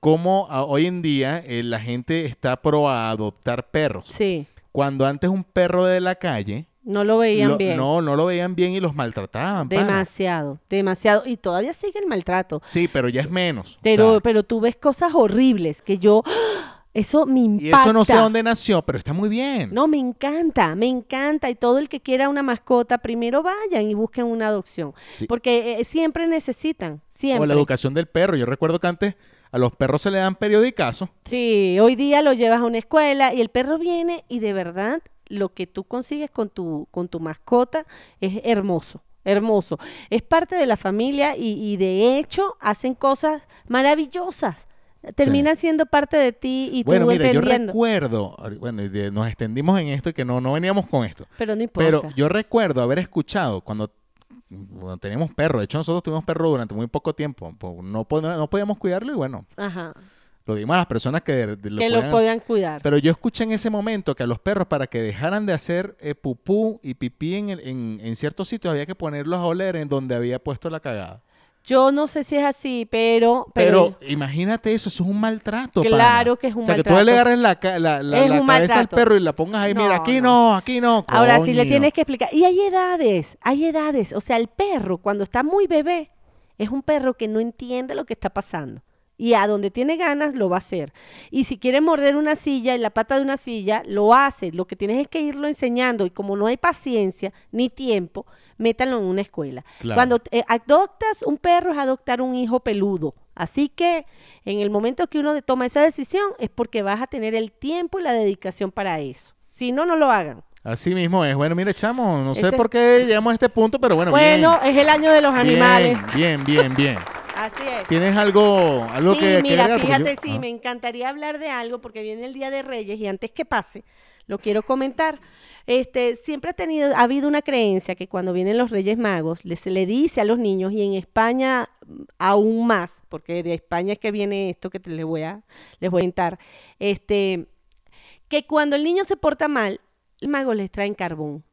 cómo a- hoy en día eh, la gente está pro a adoptar perros. Sí, Cuando antes un perro de la calle, no lo veían lo- bien. no, no lo veían bien y los maltrataban. pana. demasiado, demasiado. Y todavía sigue el maltrato. Sí, pero ya es menos. o Pero, sea, pero tú ves cosas horribles que yo. ¡Ah! Eso me Y impacta. eso no sé dónde nació, pero está muy bien. No, me encanta, me encanta. Y todo el que quiera una mascota, primero vayan y busquen una adopción. Sí. Porque eh, siempre necesitan, O siempre. la educación del perro. Yo recuerdo que antes a los perros se le dan periodicazos. Sí, hoy día lo llevas a una escuela y el perro viene y de verdad lo que tú consigues con tu, con tu mascota es hermoso, hermoso. Es parte de la familia y, y de hecho hacen cosas maravillosas. Terminan siendo parte de ti y Bueno, tú mira, yo entendiendo. recuerdo, bueno, y de- nos extendimos en esto y que no, no veníamos con esto. Pero no importa. Pero yo recuerdo haber escuchado cuando, cuando teníamos perro, de hecho nosotros tuvimos perro durante muy poco tiempo, po- no, po- no podíamos cuidarlo y bueno, Ajá, lo dimos a las personas que, de- de- lo que podían- lo puedan cuidar. Pero yo escuché en ese momento que a los perros para que dejaran de hacer eh, pupú y pipí en, el- en- en ciertos sitios había que ponerlos a oler en donde había puesto la cagada. Yo no sé si es así, pero... Pero, imagínate eso, eso es un maltrato. pana. Claro que es un O sea, que tú maltrato. le agarres la, ca- la, la- Es la un cabeza al maltrato. perro y la pongas ahí, mira, No, aquí no, no. aquí no. Ahora, si le coño. tienes que explicar. Y hay edades, hay edades. O sea, el perro, cuando está muy bebé, es un perro que no entiende lo que está pasando. Y a donde tiene ganas, lo va a hacer. Y si quiere morder una silla y la pata de una silla, lo hace. Lo que tienes es que irlo enseñando. Y como no hay paciencia ni tiempo, métanlo en una escuela. Claro. Cuando eh, adoptas un perro, es adoptar un hijo peludo. Así que en el momento que uno toma esa decisión, es porque vas a tener el tiempo y la dedicación para eso. Si no, no lo hagan. Así mismo es. Bueno, mire, chamo, no sé Ese- por qué llegamos a este punto, pero bueno, Bueno, bien. es el año de los Bien, animales. Bien, bien, bien. Así es. ¿Tienes algo, algo sí, que que mira, agregar? Porque yo- fíjate, sí, Ah. me encantaría hablar de algo porque viene el Día de Reyes y antes que pase, lo quiero comentar. Este, siempre ha tenido, ha habido una creencia que cuando vienen los Reyes Magos, les- se le dice a los niños, y en España mm, aún más, porque de España es que viene esto que te- les voy a, les voy a contar, este, que cuando el niño se porta mal, el mago les trae carbón.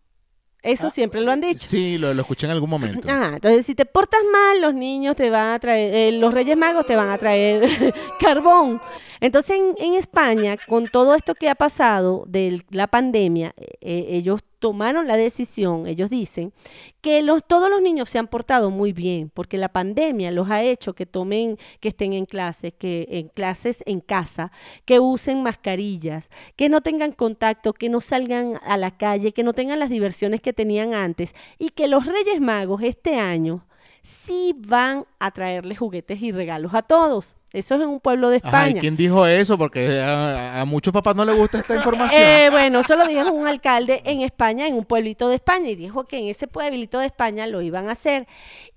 Ah, Eso siempre eh, lo han dicho. Sí, lo, lo escuché en algún momento. Ajá, Ah, entonces si te portas mal, los niños te van a traer, eh, los Reyes Magos te van a traer carbón. Entonces en, en España, con todo esto que ha pasado de la pandemia, eh, eh, ellos tomaron la decisión, ellos dicen, que los, todos los niños se han portado muy bien, porque la pandemia los ha hecho que tomen, que estén en clases, que en clases en casa, que usen mascarillas, que no tengan contacto, que no salgan a la calle, que no tengan las diversiones que tenían antes y que los Reyes Magos este año sí van a traerle juguetes y regalos a todos. Eso es en un pueblo de Ajá, ¿y España. quién dijo eso? Porque a, a- a muchos papás no les gusta esta información. Eh, bueno, eso lo dijo un alcalde en España, en un pueblito de España, y dijo que en ese pueblito de España lo iban a hacer.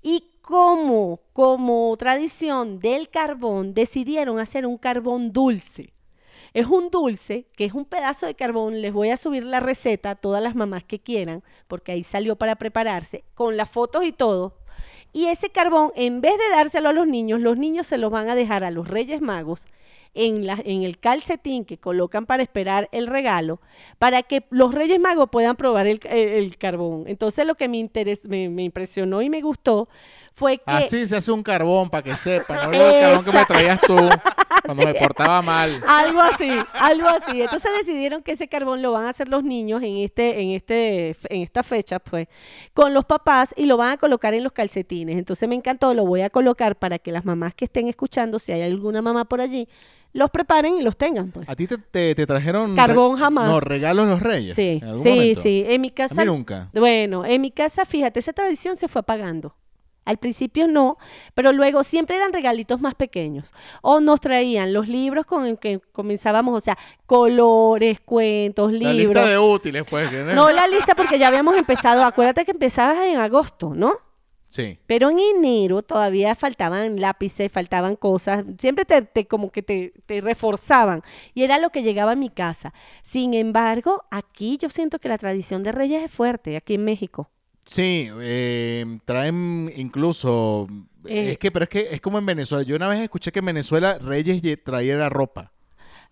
Y como, como tradición del carbón, decidieron hacer un carbón dulce. Es un dulce, que es un pedazo de carbón. Les voy a subir la receta a todas las mamás que quieran, porque ahí salió para prepararse, con las fotos y todo. Y ese carbón, en vez de dárselo a los niños, los niños se los van a dejar a los Reyes Magos en, la- en el calcetín que colocan para esperar el regalo, para que los Reyes Magos puedan probar el, el carbón. Entonces lo que me, interes- me, me impresionó y me gustó fue que... Así se hace un carbón para que sepan. No Era el carbón que me Esa. traías tú cuando me portaba mal. Algo así, algo así. Entonces decidieron que ese carbón lo van a hacer los niños en este, en este, en esta fecha, pues, con los papás y lo van a colocar en los calcetines. Entonces me encantó, lo voy a colocar para que las mamás que estén escuchando, si hay alguna mamá por allí, los preparen y los tengan, pues. ¿A ti te, te- te trajeron. Carbón re- jamás. No, regalos los reyes. Sí, en algún sí, momento? sí. En mi A casa. mí nunca. Bueno, en mi casa, fíjate, esa tradición se fue apagando. Al principio no, pero luego siempre eran regalitos más pequeños. O nos traían los libros con el que comenzábamos, o sea, colores, cuentos, La libros. lista de útiles, pues. que- No la lista porque ya habíamos empezado. Acuérdate que empezabas en agosto, ¿no? Sí. Pero en enero todavía faltaban lápices, faltaban cosas, siempre te, te- como que te, te reforzaban y era lo que llegaba a mi casa. Sin embargo, aquí yo siento que la tradición de Reyes es fuerte, aquí en México. Sí, eh, traen incluso. Eh. Es que, pero es que es como en Venezuela. Yo una vez escuché que en Venezuela Reyes lle- traía ropa.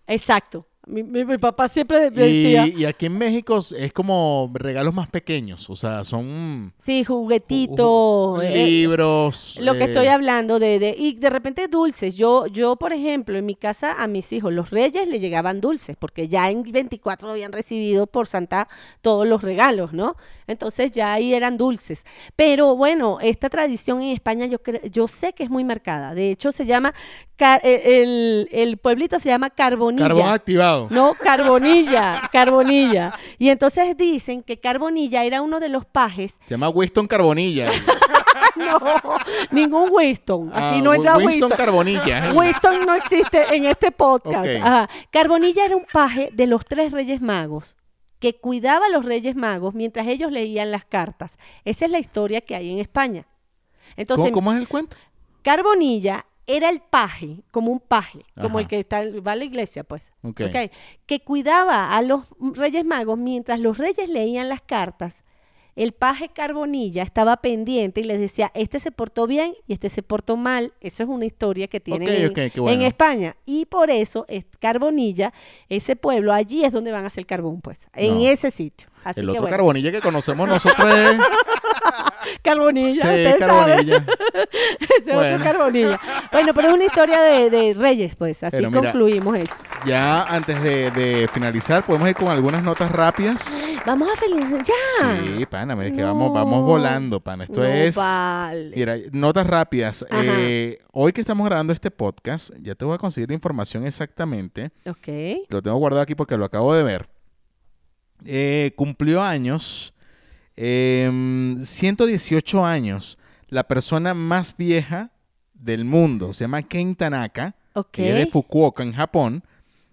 Exacto. Mi, mi- mi papá siempre Y, decía, y aquí en México es como regalos más pequeños. O sea, son. sí, juguetito, eh, libros. lo eh, que estoy hablando de, de y de repente dulces. Yo yo por ejemplo en mi casa a mis hijos los Reyes le llegaban dulces porque ya en 24 habían recibido por Santa todos los regalos, ¿no? Entonces ya ahí eran dulces. Pero bueno esta tradición en España yo cre- yo sé que es muy marcada. De hecho se llama ca- eh, el, el pueblito se llama Carbonilla. Carbón activado. No, Carbonilla, Carbonilla. Y entonces dicen que Carbonilla era uno de los pajes Se llama Winston Carbonilla. no, ningún Winston. Aquí Ah, no entra Winston Winston. Carbonilla. Winston no existe en este podcast. Ok. Ajá. Carbonilla era un paje de los tres Reyes Magos que cuidaba a los Reyes Magos mientras ellos leían las cartas. Esa es la historia que hay en España. Entonces, ¿Cómo, cómo es el cuento? Carbonilla era el paje, como un paje, como Ajá. el que está, va a la iglesia, pues. Ok. Ok. Que cuidaba a los reyes magos mientras los reyes leían las cartas. El paje Carbonilla estaba pendiente y les decía, este se portó bien y este se portó mal. Eso es una historia que tienen Ok, en, ok, qué en bueno. España. Y por eso es Carbonilla, ese pueblo, allí es donde van a hacer carbón, pues, en No. ese sitio. Así el que otro bueno, Carbonilla que conocemos nosotros es Carbonilla, Sí, ustedes saben. Carbonilla. Ese otro Bueno. Carbonilla. Bueno, pero es una historia de, de reyes, pues. Así Pero mira. concluimos eso. Ya antes de, de finalizar, podemos ir con algunas notas rápidas. Vamos a feliz. ¡Ya! Sí, pana, mira, es que Ah. No. vamos, vamos volando, pana. Esto No es. Vale. Mira, notas rápidas. Ajá. Eh, hoy que estamos grabando este podcast, ya te voy a conseguir la información exactamente. Ok. Lo tengo guardado aquí porque lo acabo de ver. Eh, cumplió años, em, 118 años, la persona más vieja del mundo. Se llama Ken Tanaka, Ok. que es de Fukuoka, en Japón.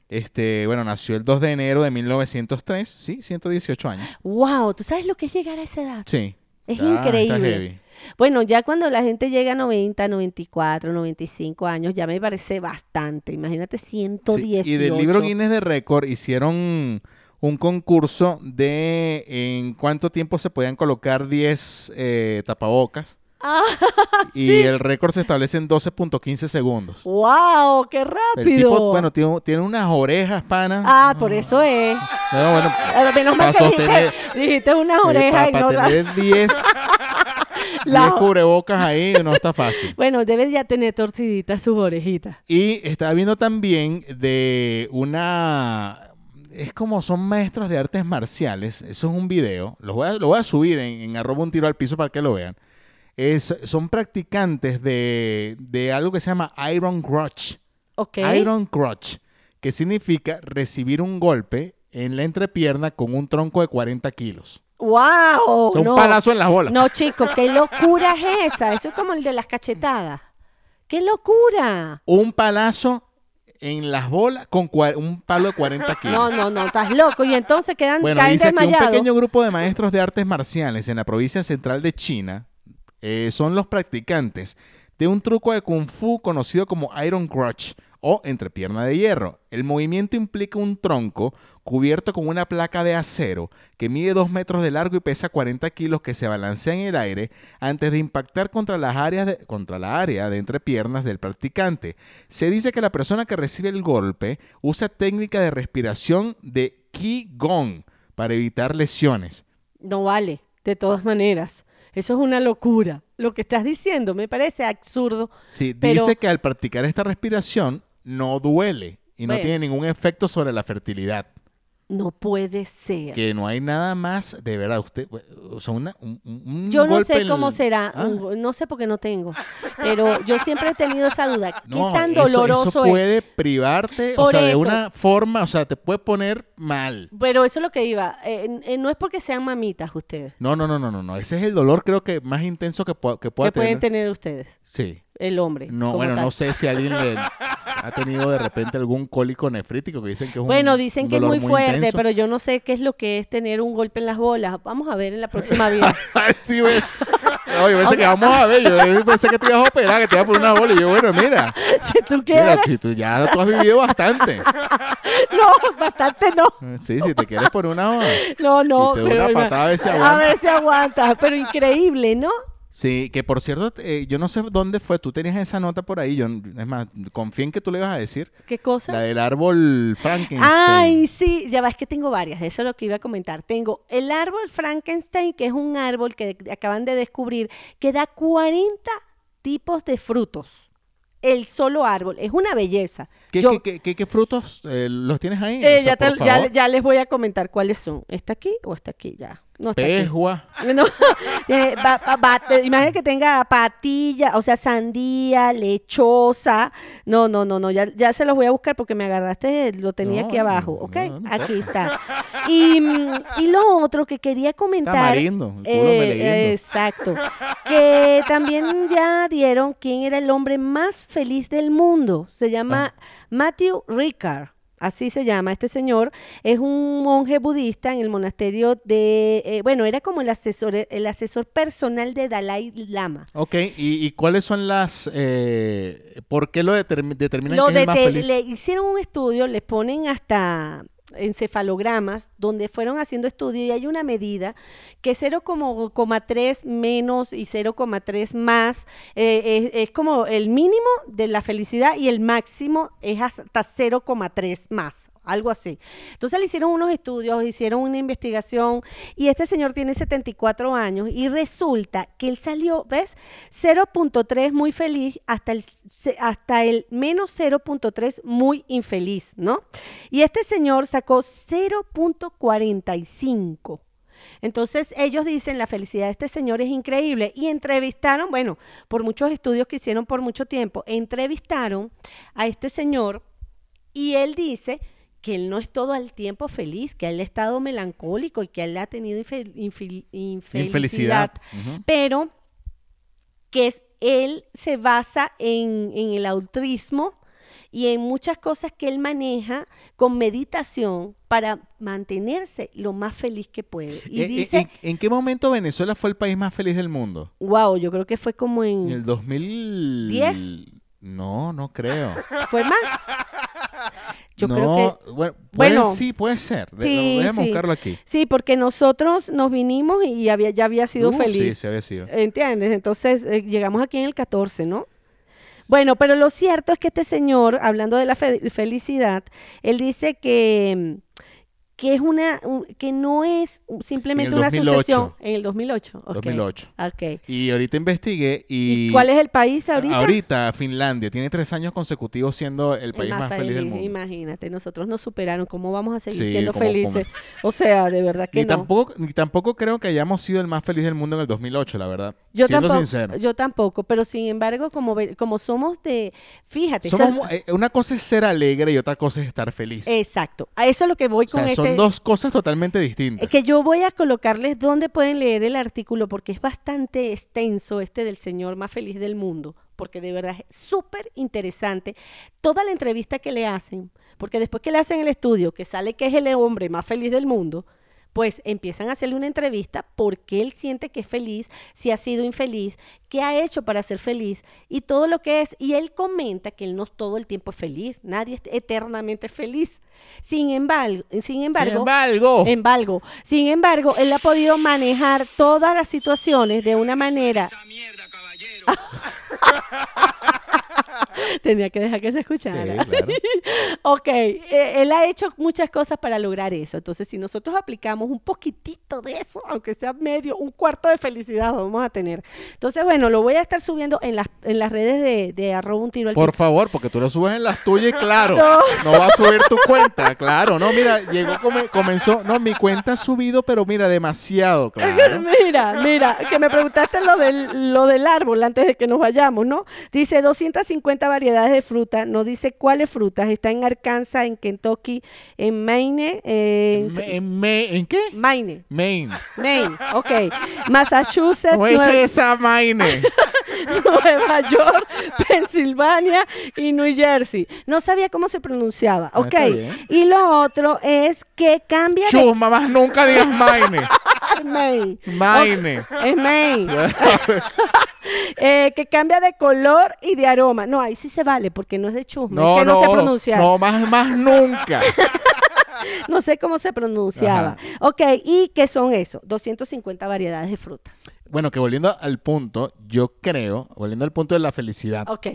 Este, bueno, nació el 2 de enero de 1903, sí, 118 años. ¡Wow! ¿Tú sabes lo que es llegar a esa edad? Sí. Es Ah, está increíble. heavy. Bueno, ya cuando la gente llega a 90, 94, 95 años, ya me parece bastante. Imagínate Sí, 110. Y del libro Guinness de Récord hicieron un concurso de en cuánto tiempo se podían colocar 10 eh, tapabocas. Ah, y el récord se establece en 12.15 segundos. ¡Wow! ¡Qué El rápido! tipo, bueno, tiene, tiene unas orejas, pana. ah, por eso es. No, bueno, Ah, Menos mal Para que dijiste, sostener- dijiste unas eh, orejas pa- y para no ra- tener 10 La- 10 cubrebocas ahí no está fácil. Bueno, debes ya tener torciditas sus orejitas. Y estaba viendo también de una. Es como son maestros de artes marciales. Eso es un video. Lo voy a, lo voy a subir en, en arroba un tiro al piso para que lo vean. Es, son practicantes de, de algo que se llama Iron Crutch. Ok. Iron Crutch, que significa recibir un golpe en la entrepierna con un tronco de 40 kilos. O ¡Wow! sea, Oh, no. un palazo en las bolas. No, chicos, qué locura es esa. Eso es como el de las cachetadas. ¡Qué locura! Un palazo en las bolas con cua- un palo de 40 kilos. No, no, no, estás loco. Y entonces quedan Bueno, caen dice que un desmayados. pequeño grupo de maestros de artes marciales en la provincia central de China eh, son los practicantes de un truco de kung fu conocido como Iron Crutch o entrepierna de hierro. El movimiento implica un tronco cubierto con una placa de acero que mide 2 metros de largo y pesa 40 kilos que se balancea en el aire antes de impactar contra, las áreas de- contra la área de entrepiernas del practicante. Se dice que la persona que recibe el golpe usa técnica de respiración de Qigong para evitar lesiones. No vale, de todas maneras. Eso es una locura. Lo que estás diciendo me parece absurdo. Sí, Pero- dice que al practicar esta respiración no duele y no Bueno. tiene ningún efecto sobre la fertilidad. No puede ser. Que no hay nada más, de verdad, usted, o sea, una- un, un- un Yo no golpe sé en- cómo será, Ah, un go- no sé porque no tengo, pero yo siempre he tenido esa duda. ¿Qué no, tan eso- doloroso eso es? puede privarte, o Por sea, de eso. una forma, o sea, te puede poner mal. Pero eso es lo que iba. eh, eh, no es porque sean mamitas ustedes, No, no, no, no, no, no. Ese es el dolor, creo que más intenso que, pu- que pueda que pueden tener. tener ustedes, Sí. el hombre. No, como bueno, tal. no sé si alguien le ha tenido de repente algún cólico nefrítico que dicen que es un Bueno, dicen un que es dolor muy fuerte, intenso. pero yo no sé qué es lo que es tener un golpe en las bolas. Vamos a ver en la próxima vida. Ay, sí, güey. No, yo pensé que vamos a ver, yo pensé que te ibas a operar, que te ibas a poner una bola. Y yo, bueno, mira, si tú quieres. mira, si tú ya tú has vivido bastante. No, bastante no. Sí, si te quieres poner una bola. No, no. Y te da una patada a ver si A ver si aguanta. Pero increíble, ¿no? Sí, que por cierto, eh, yo no sé dónde fue, tú tenías esa nota por ahí, yo, es más, confía en que tú le ibas a decir, ¿Qué cosa? la del árbol Frankenstein. Ay, sí, ya va, es que tengo varias, eso es lo que iba a comentar. Tengo el árbol Frankenstein, que es un árbol que de- acaban de descubrir, que da 40 tipos de frutos. El solo árbol, es una belleza. ¿Qué, Yo- qué- qué- qué- qué frutos eh, los tienes ahí? Eh, O sea, ya, te- por ya- favor. ya les voy a comentar cuáles son. ¿Está aquí o está aquí ya? No está aquí. Pejua. No, eh, ba- ba- ba- eh, imagina que tenga patilla, o sea, sandía, lechosa. No, no, no, no, ya, ya se los voy a buscar porque me agarraste, lo tenía No, aquí abajo, no, ¿ok? no importa. aquí está. Y, mm, y lo otro que quería comentar. eh, Tamarindo, el culo meleguindo. exacto. Que también ya dieron quién era el hombre más feliz del mundo. Se llama Ah. Matthew Ricard. Así se llama este señor. Es un monje budista en el monasterio de, eh, bueno, era como el asesor, el asesor personal de Dalai Lama. Ok, ¿y, y cuáles son las... eh, ¿Por qué lo determi- determinan Lo que es el más dete- feliz? le hicieron un estudio, les ponen hasta encefalogramas donde fueron haciendo estudio y hay una medida que 0,3 menos y 0,3 más eh, es, es como el mínimo de la felicidad y el máximo es hasta 0,3 más. Algo así. Entonces le hicieron unos estudios, hicieron una investigación y este señor tiene 74 años y resulta que él salió, ¿ves? 0.3 muy feliz hasta el, se- hasta el menos 0.3 muy infeliz, ¿no? Y este señor sacó 0.45. Entonces ellos dicen, la felicidad de este señor es increíble. Y entrevistaron, bueno, por muchos estudios que hicieron por mucho tiempo, entrevistaron a este señor y él dice que él no es todo el tiempo feliz, que él ha estado melancólico y que él ha tenido infel- infel- infelicidad. Infelicidad. Ujú. Pero que es, él se basa en, en el altruismo y en muchas cosas que él maneja con meditación para mantenerse lo más feliz que puede. Y ¿En- en- dice, ¿E, en, en qué momento Venezuela fue el país más feliz del mundo? wow, yo creo que fue como en... ¿En el 2000? Uh. ¿Diez? No, no creo. ¿Fue más? Yo no, creo que... Bueno, puede- Bueno. sí, puede ser. De- Sí, lo, déjame sí. buscarlo aquí. Sí, porque nosotros nos vinimos y había, ya había sido Uh, feliz. Sí, se había sido. ¿Entiendes? Entonces eh, llegamos aquí en el 14, ¿no? Bueno, pero lo cierto es que este señor, hablando de la fe- felicidad, él dice que, mm, que, es una, un- que no es un- simplemente En el una 2008. sucesión. En el 2008. ok. 2008. Ok. Y ahorita investigué y... ¿Y cuál es el país ahorita? Finlandia. Tiene tres años consecutivos siendo el El país más, feliz del mundo. Imagínate, nosotros nos superaron. ¿Cómo vamos a seguir Sí, siendo como- como- felices? O sea, de verdad que Ni, no. tampoco, ni tampoco creo que hayamos sido el más feliz del mundo en el 2008, la verdad. Yo siendo tampoco, sincero. yo tampoco, pero sin embargo, como, ve- como somos de, fíjate, Somos son- mu- eh, una cosa es ser alegre y otra cosa es estar feliz. exacto, a eso es lo que voy o Eh, con sea, este. son dos cosas totalmente distintas. Es que yo voy a colocarles dónde pueden leer el artículo porque es bastante extenso este del señor más feliz del mundo, porque de verdad es súper interesante toda la entrevista que le hacen, porque después que le hacen el estudio, que sale que es el hombre más feliz del mundo, pues empiezan a hacerle una entrevista porque él siente que es feliz, si ha sido infeliz, qué ha hecho para ser feliz y todo lo que es. Y él comenta que él no todo el tiempo es feliz, nadie es eternamente feliz. Sin embargo, sin embargo, embargo, embargo. Sin embargo, él ha podido manejar todas las situaciones de una manera. Esa mierda, caballero. Tenía que dejar que Sí, se escuchara. claro. Ok, eh, él ha hecho muchas cosas para lograr eso. Entonces, si nosotros aplicamos un poquitito de eso, aunque sea medio, un cuarto de felicidad vamos a tener. Entonces, bueno, lo voy a estar subiendo en las, en las redes de, de arroba un tiro al Por piso. favor, porque tú lo subes en las tuyas y claro, No. no, va a subir tu cuenta, claro, no, mira, llegó, come- comenzó, no, mi cuenta ha subido, pero mira, demasiado, claro. Mira, mira, que me preguntaste lo del, lo del árbol antes de que nos vayamos, ¿no? Dice 250 variedades de fruta, no dice cuáles frutas, está en Arkansas, en Kentucky, en Maine, eh, Me- en me- ¿En qué? Maine, Maine. Maine, ok, Massachusetts, No eches Nueva, esa Maine. Nueva York, Pensilvania y New Jersey. No sabía cómo se pronunciaba, No, ok. está bien. y lo otro es que cambia de Chus, mamás, nunca digas Maine. Maine. Maine. Ok, Es Maine. Eh, que cambia de color y de aroma. No, ahí sí se vale porque no es de chusma, es No, que no, no, sé pronunciar. No. no, más, más nunca. sé cómo se pronunciaba. Ajá. Ok, ¿y qué son eso? 250 variedades de fruta. Bueno, que volviendo al punto, yo creo, volviendo al punto de la felicidad, Ok.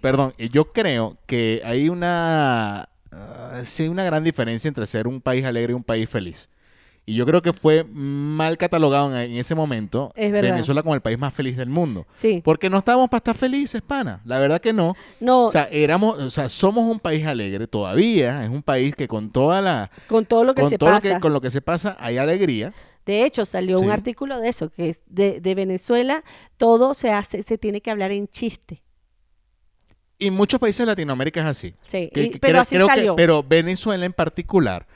perdón, eh, yo creo que hay una ah, sí hay una gran diferencia entre ser un país alegre y un país feliz. Y yo creo que fue mal catalogado en, en ese momento Es verdad. Venezuela como el país más feliz del mundo. Sí. Porque no estábamos para estar felices, pana. La verdad que no. No, Pues, O sea, éramos, o sea, somos un país alegre todavía. Es un país que con toda la, con todo lo que con se todo lo pasa. que, con lo que se pasa hay alegría. De hecho, salió un Sí. artículo de eso, que es de, de Venezuela, todo se hace, se tiene que hablar en chiste. Y en muchos países de Latinoamérica es así. Sí, Que- y- que pero creo- así creo que- salió. pero Venezuela en particular,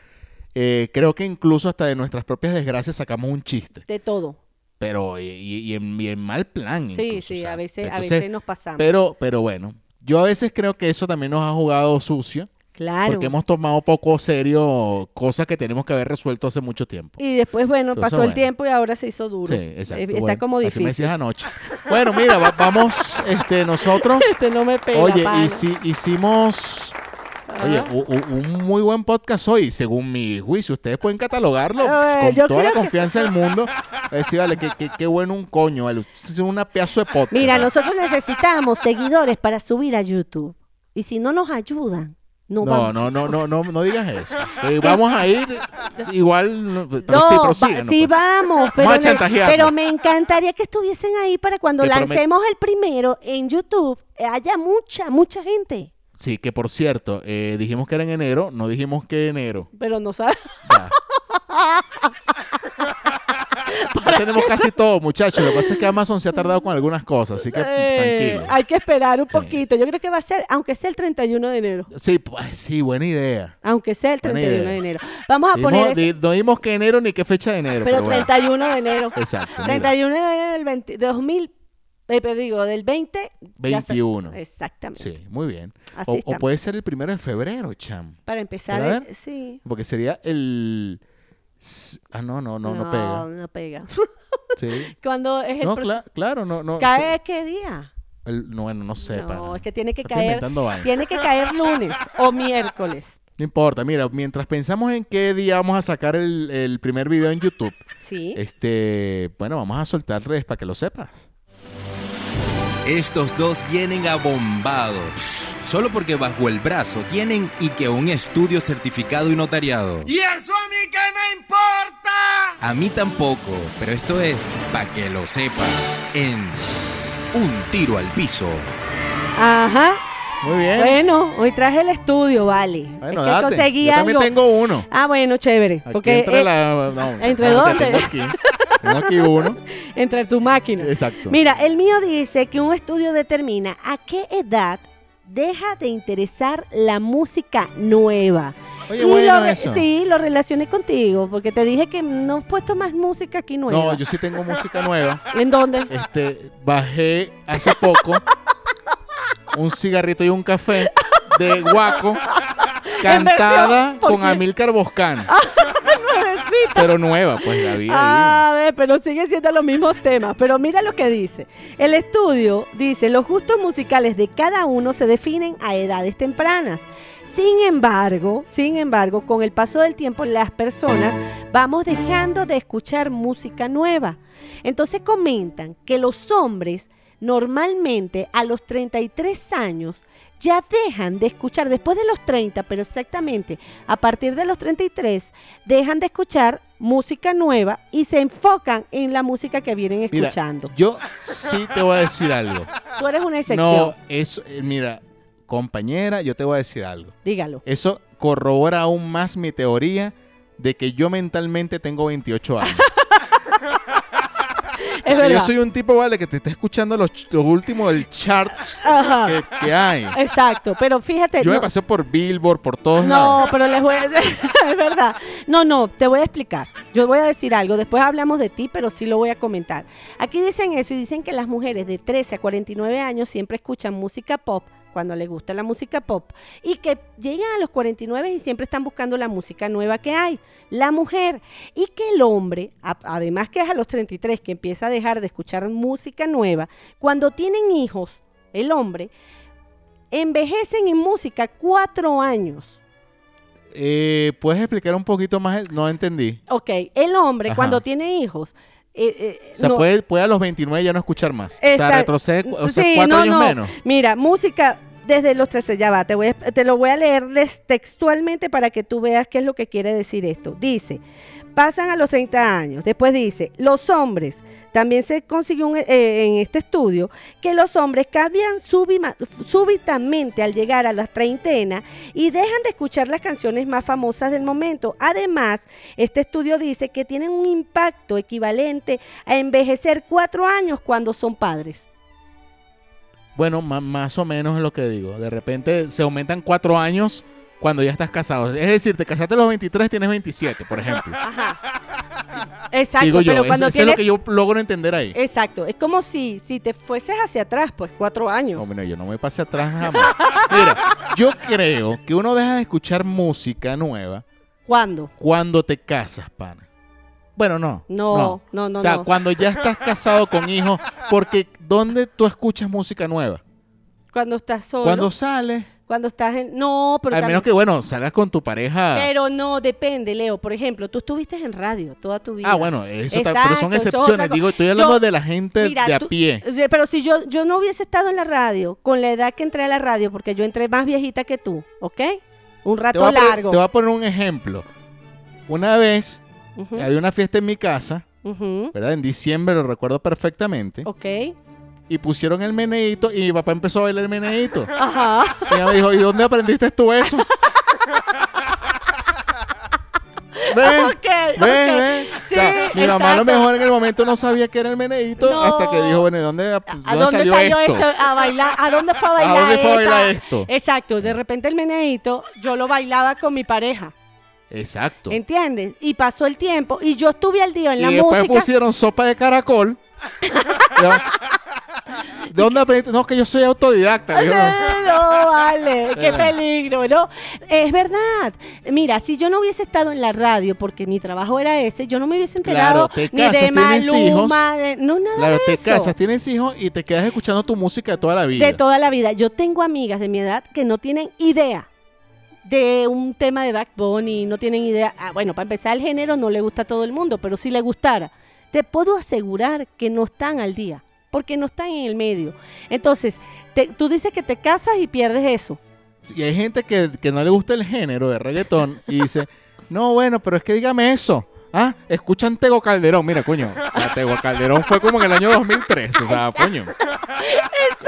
eh, creo que incluso hasta de nuestras propias desgracias sacamos un chiste. De todo. Pero, y, y- y en, y en mal plan. Sí, incluso, sí, o sea, a veces, entonces, a veces nos pasamos. Pero, pero bueno, yo a veces creo que eso también nos ha jugado sucio. claro. Porque hemos tomado poco serio cosas que tenemos que haber resuelto hace mucho tiempo. Y después, bueno, Entonces, pasó el bueno. tiempo y ahora se hizo duro. Sí, exacto. Eh, Está bueno, como Así me difícil. decías anoche. Bueno, mira, va- vamos este, nosotros. Este no me pega. Oye, pana. y si hicimos. Oye, Ajá. u- u- un muy buen podcast hoy, según mi juicio. Ustedes pueden catalogarlo Eh, con yo toda la creo que- confianza del mundo. Eh, sí, vale, qué, qué, qué bueno un coño, vale. Ustedes son una pedazo de podcast. Mira, nosotros necesitamos seguidores para subir a YouTube. Y si no nos ayudan, no, No, vamos. no, no, no, no, no digas eso. Eh, vamos a ir igual, no, pero sí, No, va- prosigan, sí pues. vamos, pero a me, chantajearlo. pero me encantaría que estuviesen ahí para cuando Te prometo. lancemos el primero en YouTube eh, haya mucha, mucha gente. Sí, que por cierto, eh, dijimos que era en enero, no dijimos que enero. Pero no sabes. Ya. Ya tenemos casi todo, muchachos. Lo que pasa es que Amazon se ha tardado con algunas cosas, así que tranquilo. hay que esperar un Sí. poquito. Yo creo que va a ser, aunque sea el 31 de enero. Sí, pues, sí, buena idea. Aunque sea el Buena 31 idea. de enero. Vamos a Dimos- poner ese- di- no dimos que enero ni qué fecha de enero. Pero Pero, bueno. 31 de enero. Exacto. mira. 31 de enero del 20 de 2000. Eh, pero digo, del 20. ya sa- 21. Exactamente. Sí, muy bien. Así O, o estamos. puede ser el primero de febrero, cham. Para empezar, Pero a eh, ver. sí. Porque sería el... s- Ah, no, no, no, no, pega. No pega. Sí. Cuando es el No, proce- cla- claro, no, no. ¿Cae qué día? se- el- no, bueno, no sé. No, pana. es que tiene que Estoy caer. inventando vaina. Tiene que caer lunes o miércoles. No importa, mira, mientras pensamos en qué día vamos a sacar el, el primer video en YouTube, Sí. este, bueno, vamos a soltar redes para que lo sepas. Estos dos vienen abombados. Solo porque bajo el brazo tienen y que un estudio certificado y notariado. ¿Y eso a mí qué me importa? A mí tampoco, pero esto es para que lo sepas. En Un Tiro al Piso. Ajá. Muy bien. Bueno, hoy traje el estudio, vale. Bueno, es que date. conseguí Yo también algo. tengo uno. Ah, bueno, chévere. Aquí porque entre eh, la- no, ¿entre espérate, dónde? Tengo aquí, tengo aquí uno. entre tu máquina. Exacto. Mira, el mío dice que un estudio determina a qué edad deja de interesar la música nueva. Oye, Y bueno, lo re- eso. Sí, lo relacioné contigo, porque te dije que no he puesto más música aquí nueva. No, yo sí tengo música nueva. ¿En dónde? Este, bajé hace poco un cigarrito y un café de Guaco cantada versión, ¿por con qué? Amílcar Boscán, Nuevecita. pero nueva, pues la vi ahí. A ver, pero siguen siendo los mismos temas. Pero mira lo que dice. El estudio dice, los gustos musicales de cada uno se definen a edades tempranas. Sin embargo, sin embargo, con el paso del tiempo las personas vamos dejando de escuchar música nueva. Entonces comentan que los hombres normalmente a los 33 años ya dejan de escuchar, después de los 30, pero exactamente a partir de los 33, dejan de escuchar música nueva y se enfocan en la música que vienen Mira, escuchando. yo sí te voy a decir algo. Tú eres una excepción, No, eso, eh, mira, compañera, yo te voy a decir algo. dígalo. Eso corrobora aún más mi teoría de que yo mentalmente tengo 28 años. Es yo verdad. soy un tipo, vale, que te está escuchando los, ch- los últimos del chart Ajá. que, que hay. Exacto, pero fíjate. Yo me no- pasé por Billboard, por todos No, lados. pero les voy a es verdad. No, no, te voy a explicar. Yo voy a decir algo, después hablamos de ti, pero sí lo voy a comentar. Aquí dicen eso y dicen que las mujeres de 13 a 49 años siempre escuchan música pop cuando les gusta la música pop y que llegan a los 49 y siempre están buscando la música nueva que hay, la mujer, y que el hombre, a- además que es a los 33 que empieza a dejar de escuchar música nueva, cuando tienen hijos, el hombre, envejecen en música cuatro años. Eh, ¿Puedes explicar un poquito más? el- No entendí. Ok, el hombre Ajá. cuando tiene hijos. eh, eh, O sea, no- puede, puede a los 29 ya no escuchar más. O está- sea, retrocede cu- o sea, Sí, cuatro no, años no. menos. Mira, música desde los 13, ya va, te, voy a- te lo voy a leerles textualmente para que tú veas qué es lo que quiere decir esto. Dice, pasan a los 30 años, después dice, los hombres, también se consiguió un, eh, en este estudio, que los hombres cambian súbima- súbitamente al llegar a la treintena y dejan de escuchar las canciones más famosas del momento. Además, este estudio dice que tienen un impacto equivalente a envejecer cuatro años cuando son padres. Bueno, ma- más o menos es lo que digo. De repente se aumentan cuatro años cuando ya estás casado. Es decir, te casaste a los 23, tienes 27, por ejemplo. Ajá. Exacto, digo yo, pero eso- cuando eso es tienes... lo que yo logro entender ahí. Exacto, es como si, si te fueses hacia atrás, pues cuatro años. No, mira, yo no me pasé atrás jamás. Mira, yo creo que uno deja de escuchar música nueva ¿Cuándo? cuando te casas, pana. Bueno, no. No, no, no, O sea, no. cuando ya estás casado con hijos, porque ¿dónde tú escuchas música nueva? Cuando estás solo. Cuando sales, Cuando estás en... No, pero... al menos también- que, bueno, salgas con tu pareja. Pero no, depende, Leo. Por ejemplo, tú estuviste en radio toda tu vida. ah, bueno, eso ta- pero son Exacto, eso es otra excepciones. cosa. Digo, estoy hablando Yo- de la gente Mira, de a tú- pie. o sea, Pero si yo, yo no hubiese estado en la radio, con la edad que entré a la radio, porque yo entré más viejita que tú, ¿ok? Un Te rato voy, a poner, largo. te voy a poner un ejemplo. Una vez Ujú, había una fiesta en mi casa, ujú, ¿verdad? En diciembre, lo recuerdo perfectamente. Ok. y pusieron el meneíto y mi papá empezó a bailar el meneíto. Ajá. Y ella me dijo, ¿y dónde aprendiste tú eso? Ven, Ok, ven, ven. ok. O sea, Sí, mi mamá a lo exacto. mejor en el momento no sabía qué era el meneíto No. hasta que dijo, bueno, ¿y dónde, ¿A dónde dónde salió, esto? A bailar, ¿a dónde fue a ¿A bailar? dónde fue a bailar esta? esto? Exacto, de repente el meneíto yo lo bailaba con mi pareja, Exacto. ¿entiendes? Y pasó el tiempo y yo estuve al día en Y la después música. pusieron sopa de caracol ¿De dónde aprendiste? No, que yo soy autodidacta. Ay, dijo. No, vale, qué peligro, ¿no? Es verdad. Mira, si yo no hubiese estado en la radio porque mi trabajo era ese, yo no me hubiese enterado Claro, te ni de casas, tienes Maluma, de- no nada Claro, de te eso. casas, tienes hijos y te quedas escuchando tu música de toda la vida. de toda la vida. Yo tengo amigas de mi edad que no tienen idea de un tema de Backbone y no tienen idea. Ah, bueno, para empezar, el género no le gusta a todo el mundo, pero si le gustara, te puedo asegurar que no están al día, porque no están en el medio. Entonces, te- tú dices que te casas y pierdes eso. Y hay gente que, que no le gusta el género de reggaetón y dice, no, bueno, pero es que dígame eso. Ah, escuchan Tego Calderón. Mira, coño, la Tego Calderón fue como en el año 2003. O sea, coño.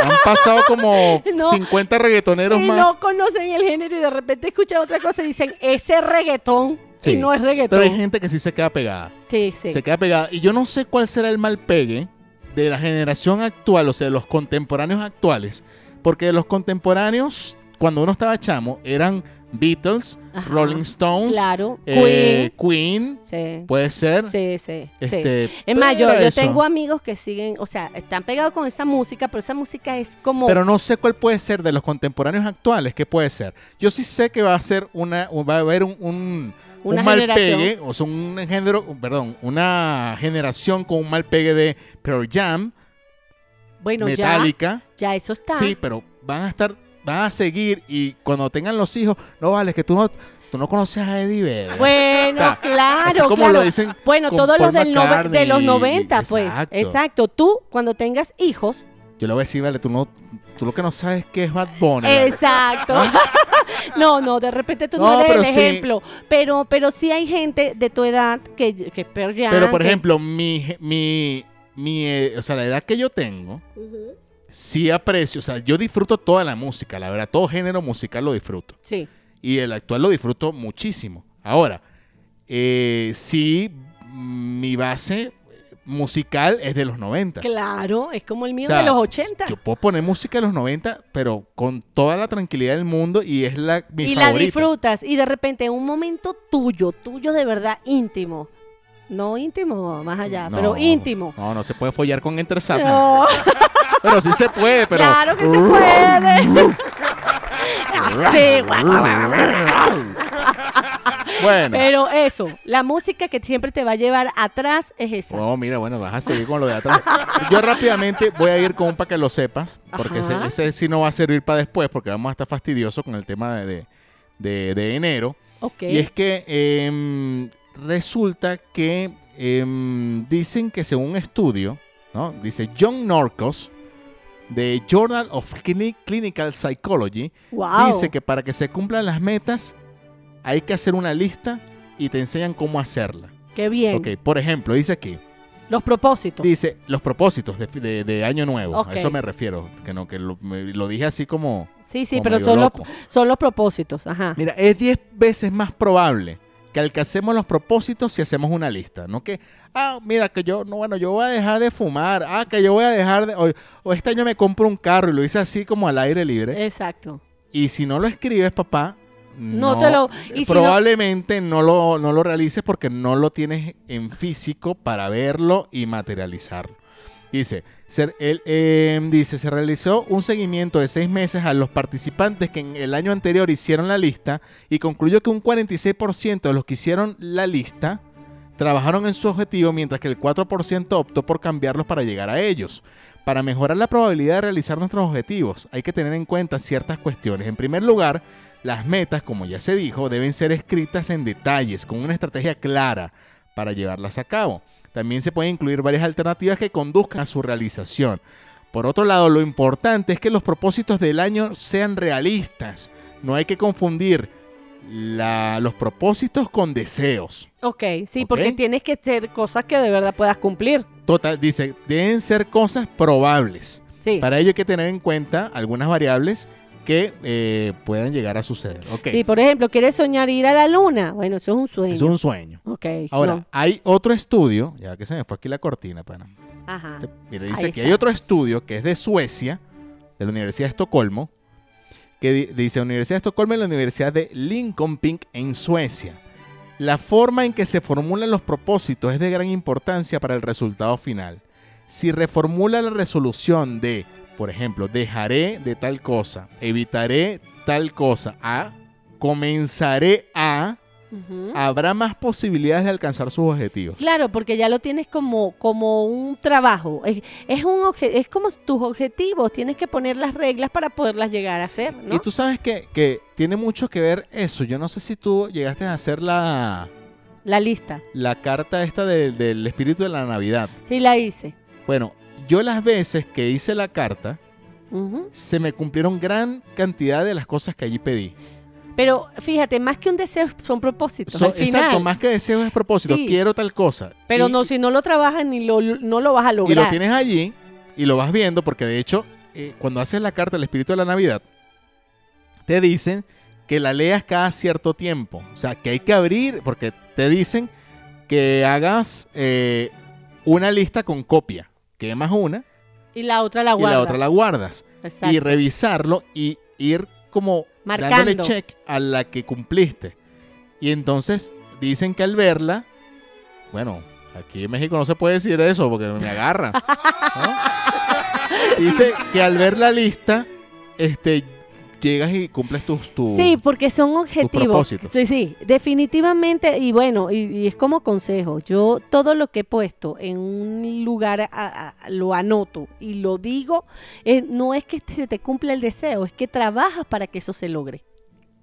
Han pasado como No. 50 reggaetoneros y más. no conocen el género y de repente escuchan otra cosa y dicen, ese es reggaetón y Sí, no es reggaetón. Pero hay gente que sí se queda pegada. sí, sí. Se queda pegada. Y yo no sé cuál será el mal pegue de la generación actual, o sea, de los contemporáneos actuales. Porque los contemporáneos, cuando uno estaba chamo, eran Beatles, Ajá. Rolling Stones, Claro. eh, Queen, Queen. puede ser. Sí, sí, sí. sí. Este, Es más, yo, pero yo eso. tengo amigos que siguen, o sea, están pegados con esa música, pero esa música es como... Pero no sé cuál puede ser de los contemporáneos actuales, qué puede ser. Yo sí sé que va a ser una, va a haber un, un, Una un mal generación. pegue, o sea, un género, perdón, una generación con un mal pegue de Pearl Jam, bueno, ya, Metallica. ya eso está. Sí, pero van a estar, van a seguir y cuando tengan los hijos, no vale, es que tú no, tú no conoces a Eddie Vedder. Bueno, O sea, claro, así como claro. lo dicen bueno, con todos los Paul del nove- McCartney, de los 90, pues. exacto. Exacto. Tú, cuando tengas hijos, Yo le voy a decir, vale, tú no, tú lo que no sabes es que es Bad Bunny. vale. Exacto. no, no, de repente tú no, No, eres pero el sí. ejemplo. Pero, pero sí hay gente de tu edad que, que es Pearl Jam, Pero por que- ejemplo, mi, ge- mi, mi, eh, o sea, la edad que yo tengo, sí aprecio, o sea, yo disfruto toda la música, la verdad, todo género musical lo disfruto. Sí. Y el actual lo disfruto muchísimo. Ahora, eh, sí, mi base musical es de los 90. Claro, es como el O mío sea, de los 80. Yo puedo poner música de los 90, pero con toda la tranquilidad del mundo y es la mi y la favorita. disfrutas. Y de repente un momento tuyo, tuyo de verdad íntimo. No íntimo, más allá, No, pero íntimo. No, no se puede follar con Enter Sandman. No, Pero sí se puede, pero claro que se puede. Ah, Así, guau. bueno. pero eso, la música que siempre te va a llevar atrás es esa. Oh, mira, bueno, vas a seguir con lo de atrás. Yo rápidamente voy a ir con un para que lo sepas, porque ese, Ajá. ese sí no va a servir para después, porque vamos a estar fastidiosos con el tema de, de- de- de enero. Ok. Y es que em, resulta que em, dicen que según un estudio, ¿no? dice John Norcos, de Journal of Clini- Clinical Psychology, wow. dice que para que se cumplan las metas hay que hacer una lista y te enseñan cómo hacerla. Qué bien. Ok, por ejemplo, dice aquí. Los propósitos. Dice, los propósitos de, de- de Año Nuevo. Ok. A eso me refiero. Que, no, que lo, me- lo dije así como. Sí, sí, como pero medio son los, loco. son los propósitos. Ajá. Mira, es 10 veces más probable que alcancemos los propósitos si hacemos una lista. No que, ah, mira, que yo, no, bueno, yo voy a dejar de fumar. Ah, que yo voy a dejar de. O, o este año me compro un carro y lo hice así como al aire libre. Exacto. Y si no lo escribes, papá. No No, te lo- y si no- probablemente no, lo, no lo realices porque no lo tienes en físico para verlo y materializarlo. Dice, ser, él, eh, dice, se realizó un seguimiento de seis meses a los participantes que en el año anterior hicieron la lista y concluyó que un 46% de los que hicieron la lista trabajaron en su objetivo mientras que el 4% optó por cambiarlos para llegar a ellos. Para mejorar la probabilidad de realizar nuestros objetivos hay que tener en cuenta ciertas cuestiones. En primer lugar, las metas, como ya se dijo, deben ser escritas en detalles, con una estrategia clara para llevarlas a cabo. También se pueden incluir varias alternativas que conduzcan a su realización. Por otro lado, lo importante es que los propósitos del año sean realistas. No hay que confundir la- los propósitos con deseos. Ok, sí, Ok. porque tienes que hacer cosas que de verdad puedas cumplir. Total, Tota, dice, deben ser cosas probables. Sí. Para ello hay que tener en cuenta algunas variables que eh, puedan llegar a suceder. Ok, Sí, por ejemplo, quieres soñar ir a la luna. Bueno, eso es un sueño. es un sueño. Ok. Ahora, no. hay otro estudio, ya que se me fue aquí la cortina, pana. Ajá. Te- Mira, Ahí dice que está. hay otro estudio que es de Suecia, de la Universidad de Estocolmo, que di- dice Universidad de Estocolmo y la Universidad de Linköping en Suecia. La forma en que se formulan los propósitos es de gran importancia para el resultado final. si reformula la resolución de, por ejemplo, dejaré de tal cosa, evitaré tal cosa, a comenzaré a, Ujú. habrá más posibilidades de alcanzar sus objetivos. Claro, porque ya lo tienes como, como un trabajo. Es, es un obje- es como tus objetivos. Tienes que poner las reglas para poderlas llegar a hacer, ¿no? Y tú sabes que, que tiene mucho que ver eso. Yo no sé si tú llegaste a hacer la, La lista. la carta esta de- del espíritu de la Navidad. Sí, la hice. Bueno, yo las veces que hice la carta, Ujú. se me cumplieron gran cantidad de las cosas que allí pedí. Pero fíjate, más que un deseo, son propósitos. So- al final. exacto, más que deseos es propósito. Sí. Quiero tal cosa. Pero Y- no, si no lo trabajas, ni lo, no lo vas a Y lograr. lo tienes allí y lo vas viendo porque de hecho eh, cuando haces la carta del espíritu de la Navidad te dicen que la leas cada cierto tiempo. O sea, que hay que abrir porque te dicen que hagas eh, una lista con copia. Quemas una Y la otra la y guardas. la otra la guardas. Exacto. Y revisarlo y ir como Marcando. dándole check a la que cumpliste. Y entonces dicen que al verla, bueno, aquí en México no se puede decir eso porque me agarra. ¿no? Dice que al ver la lista, este, llegas y cumples tus... tus- Sí, porque son objetivos. propósitos. Sí, sí, definitivamente. Y bueno, y, y es como consejo. Yo todo lo que he puesto en un lugar a- a- lo anoto y lo digo. eh, no es que se te cumpla el deseo, es que trabajas para que eso se logre.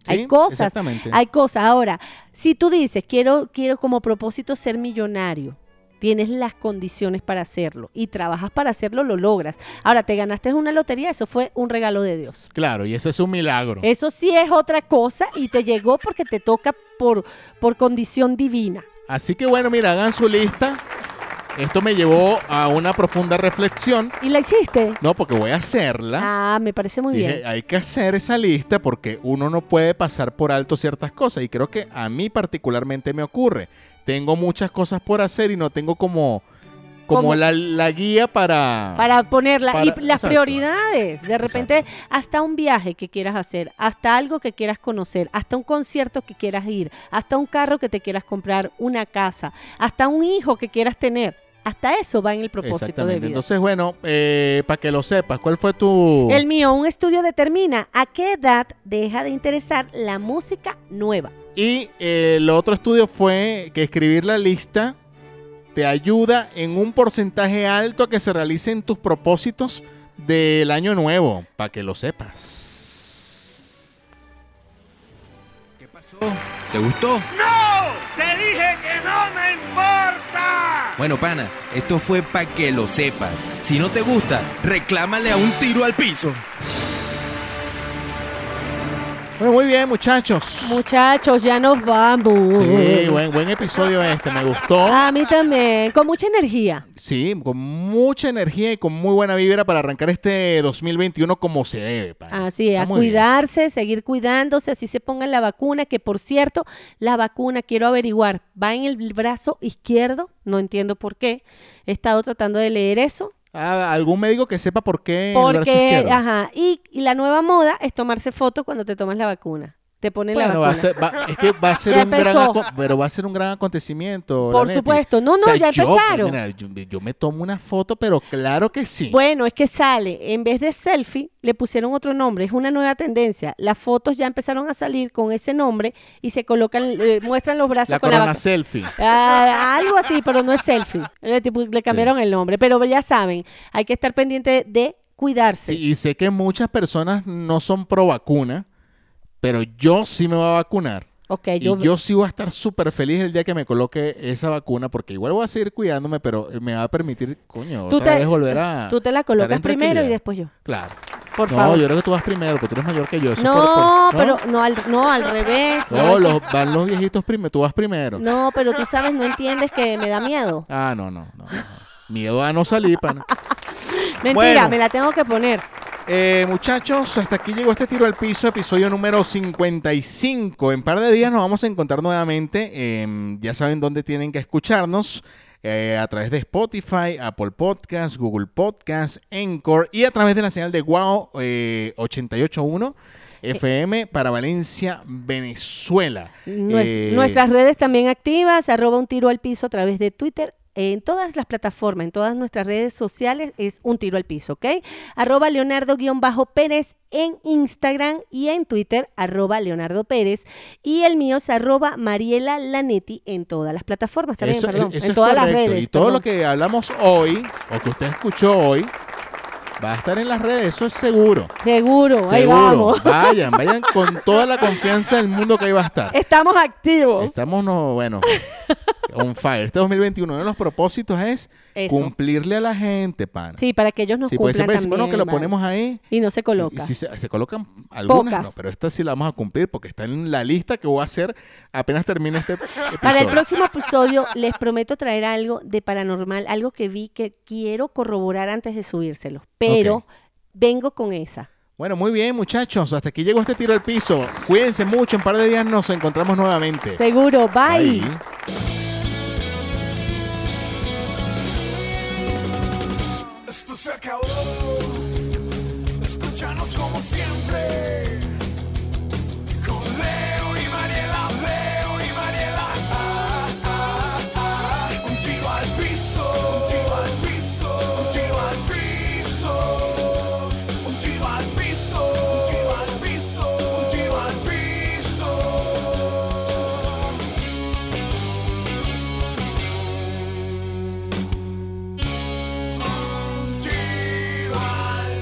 Sí, Hay cosas, Exactamente. hay cosas. Ahora, si tú dices, quiero, quiero como propósito ser millonario, tienes las condiciones para hacerlo y trabajas para hacerlo, lo logras. Ahora, te ganaste una lotería, eso fue un regalo de Dios. Claro, y eso es un milagro. Eso sí es otra cosa y te llegó porque te toca por, por condición divina. Así que bueno, mira, hagan su lista. Esto me llevó a una profunda reflexión. ¿Y la hiciste? No, porque voy a hacerla. Ah, me parece muy Dije, bien. hay que hacer esa lista porque uno no puede pasar por alto ciertas cosas y creo que a mí particularmente me ocurre. Tengo muchas cosas por hacer y no tengo como, como Como- la, la guía para... Para ponerla. y Para- las exacto. prioridades. De repente, hasta un viaje que quieras hacer, hasta algo que quieras conocer, hasta un concierto que quieras ir, hasta un carro que te quieras comprar, una casa, hasta un hijo que quieras tener. Hasta eso va en el propósito de Exactamente. vida. Entonces, bueno, para que lo sepas, ¿cuál fue tu... el mío, un estudio determina a qué edad deja de interesar la música nueva. Y eh, el otro estudio fue que escribir la lista te ayuda en un porcentaje alto a que se realicen tus propósitos del año nuevo, para que lo sepas. ¿Qué pasó? ¿Te gustó? ¡No! ¡Te dije que no me importa! Bueno, pana, esto fue para que lo sepas. Si no te gusta, reclámale a un tiro al piso. Bueno, muy bien, muchachos. Muchachos, ya nos vamos. Sí, buen, buen episodio este, me gustó. A mí también, con mucha energía. Sí, con mucha energía y con muy buena vibra para arrancar este 2021 como se debe. pana. Así, Está a muy bien. cuidarse, seguir cuidándose, así se pongan la vacuna, que por cierto, la vacuna, quiero averiguar, va en el brazo izquierdo, no entiendo por qué. He estado tratando de leer eso. Ah, ¿Algún médico que sepa por qué? el brazo Porque, izquierdo? ajá, y, y la nueva moda es tomarse fotos cuando te tomas la vacuna. Te ponen la Bueno, vacuna. va a ser, va- es que va a ser Ya un gran empezó. aco- pero va a ser un gran acontecimiento. Por Lanetti. supuesto. No, no, ya yo, pues, empezaron. mira, yo, yo me tomo una foto, pero claro que sí. Bueno, es que sale, en vez de selfie, le pusieron otro nombre, es una nueva tendencia. Las fotos ya empezaron a salir con ese nombre y se colocan, eh, muestran los brazos la con corona la vaca. selfie. Ah, algo así, pero no es selfie. Le, tipo- le cambiaron el nombre, pero ya saben, hay que estar pendiente de cuidarse. Sí, y sé que muchas personas no son pro vacuna, pero yo sí me voy a vacunar. Ok, Y yo, yo, sí voy a estar súper feliz el día que me coloque esa vacuna, porque igual voy a seguir cuidándome, pero eh, me va a permitir, coño, Tú otra te- vez volver a. tú te la estar en colocas primero y tranquilidad. después yo. Claro. Por no, favor. yo creo que tú vas primero, porque tú eres mayor que yo. eso es no, por- por- pero no al, no al revés. No, es los, que- van los viejitos primero, tú vas primero. no, pero tú sabes, no entiendes que me da miedo. Ah, no, no, no. no. Miedo a no salir, pana. Mentira, Bueno. me la tengo que poner. Eh, muchachos, hasta aquí llegó este tiro al piso, episodio número 55. En par de días nos vamos a encontrar nuevamente. Eh, ya saben dónde tienen que escucharnos. eh, a través de Spotify, Apple Podcast, Google Podcast, Encore y a través de la señal de Guau eh, 881 Eh. FM para Valencia, Venezuela. Nue- Eh, Nuestras redes también activas, arroba un tiro al piso a través de Twitter en todas las plataformas, en todas nuestras redes sociales, es un tiro al piso, ¿ok? Arroba Leonardo-Pérez en Instagram y en Twitter, arroba Leonardo Pérez. Y el mío es arroba Mariela Lanetti en todas las plataformas también, Eso- perdón. eso en es todas las correcto. redes. Y todo perdón. lo que hablamos hoy, o que usted escuchó hoy, va a estar en las redes, eso es seguro. Seguro, ahí seguro. vamos. Vayan, vayan con toda la confianza del mundo que ahí va a estar. Estamos activos. Estamos, no, bueno, on fire. Este 2021, uno de los propósitos es Eso. cumplirle a la gente, pana. Sí, para que ellos nos si puede ser, cumplan pues, también. bueno, que lo vale. ponemos ahí. Y no se Y coloca. si se, se colocan algunas, Pocas. no, pero esta sí la vamos a cumplir porque está en la lista que voy a hacer apenas termine este episodio. Para el próximo episodio les prometo traer algo de paranormal, algo que vi que quiero corroborar antes de subírselo, pero Ok. vengo con esa. Bueno, muy bien, muchachos. Hasta aquí llegó este tiro al piso. Cuídense mucho. En un par de días nos encontramos nuevamente. Seguro, bye. Bye. Esto se acabó. Escúchanos como siempre. Con Leo y Mariela, Leo y Mariela. Ah, ah, ah. Un tiro al piso, un tiro al piso, un tiro al piso. Un tiro al piso, un tiro al piso, un tiro al piso. Un tiro al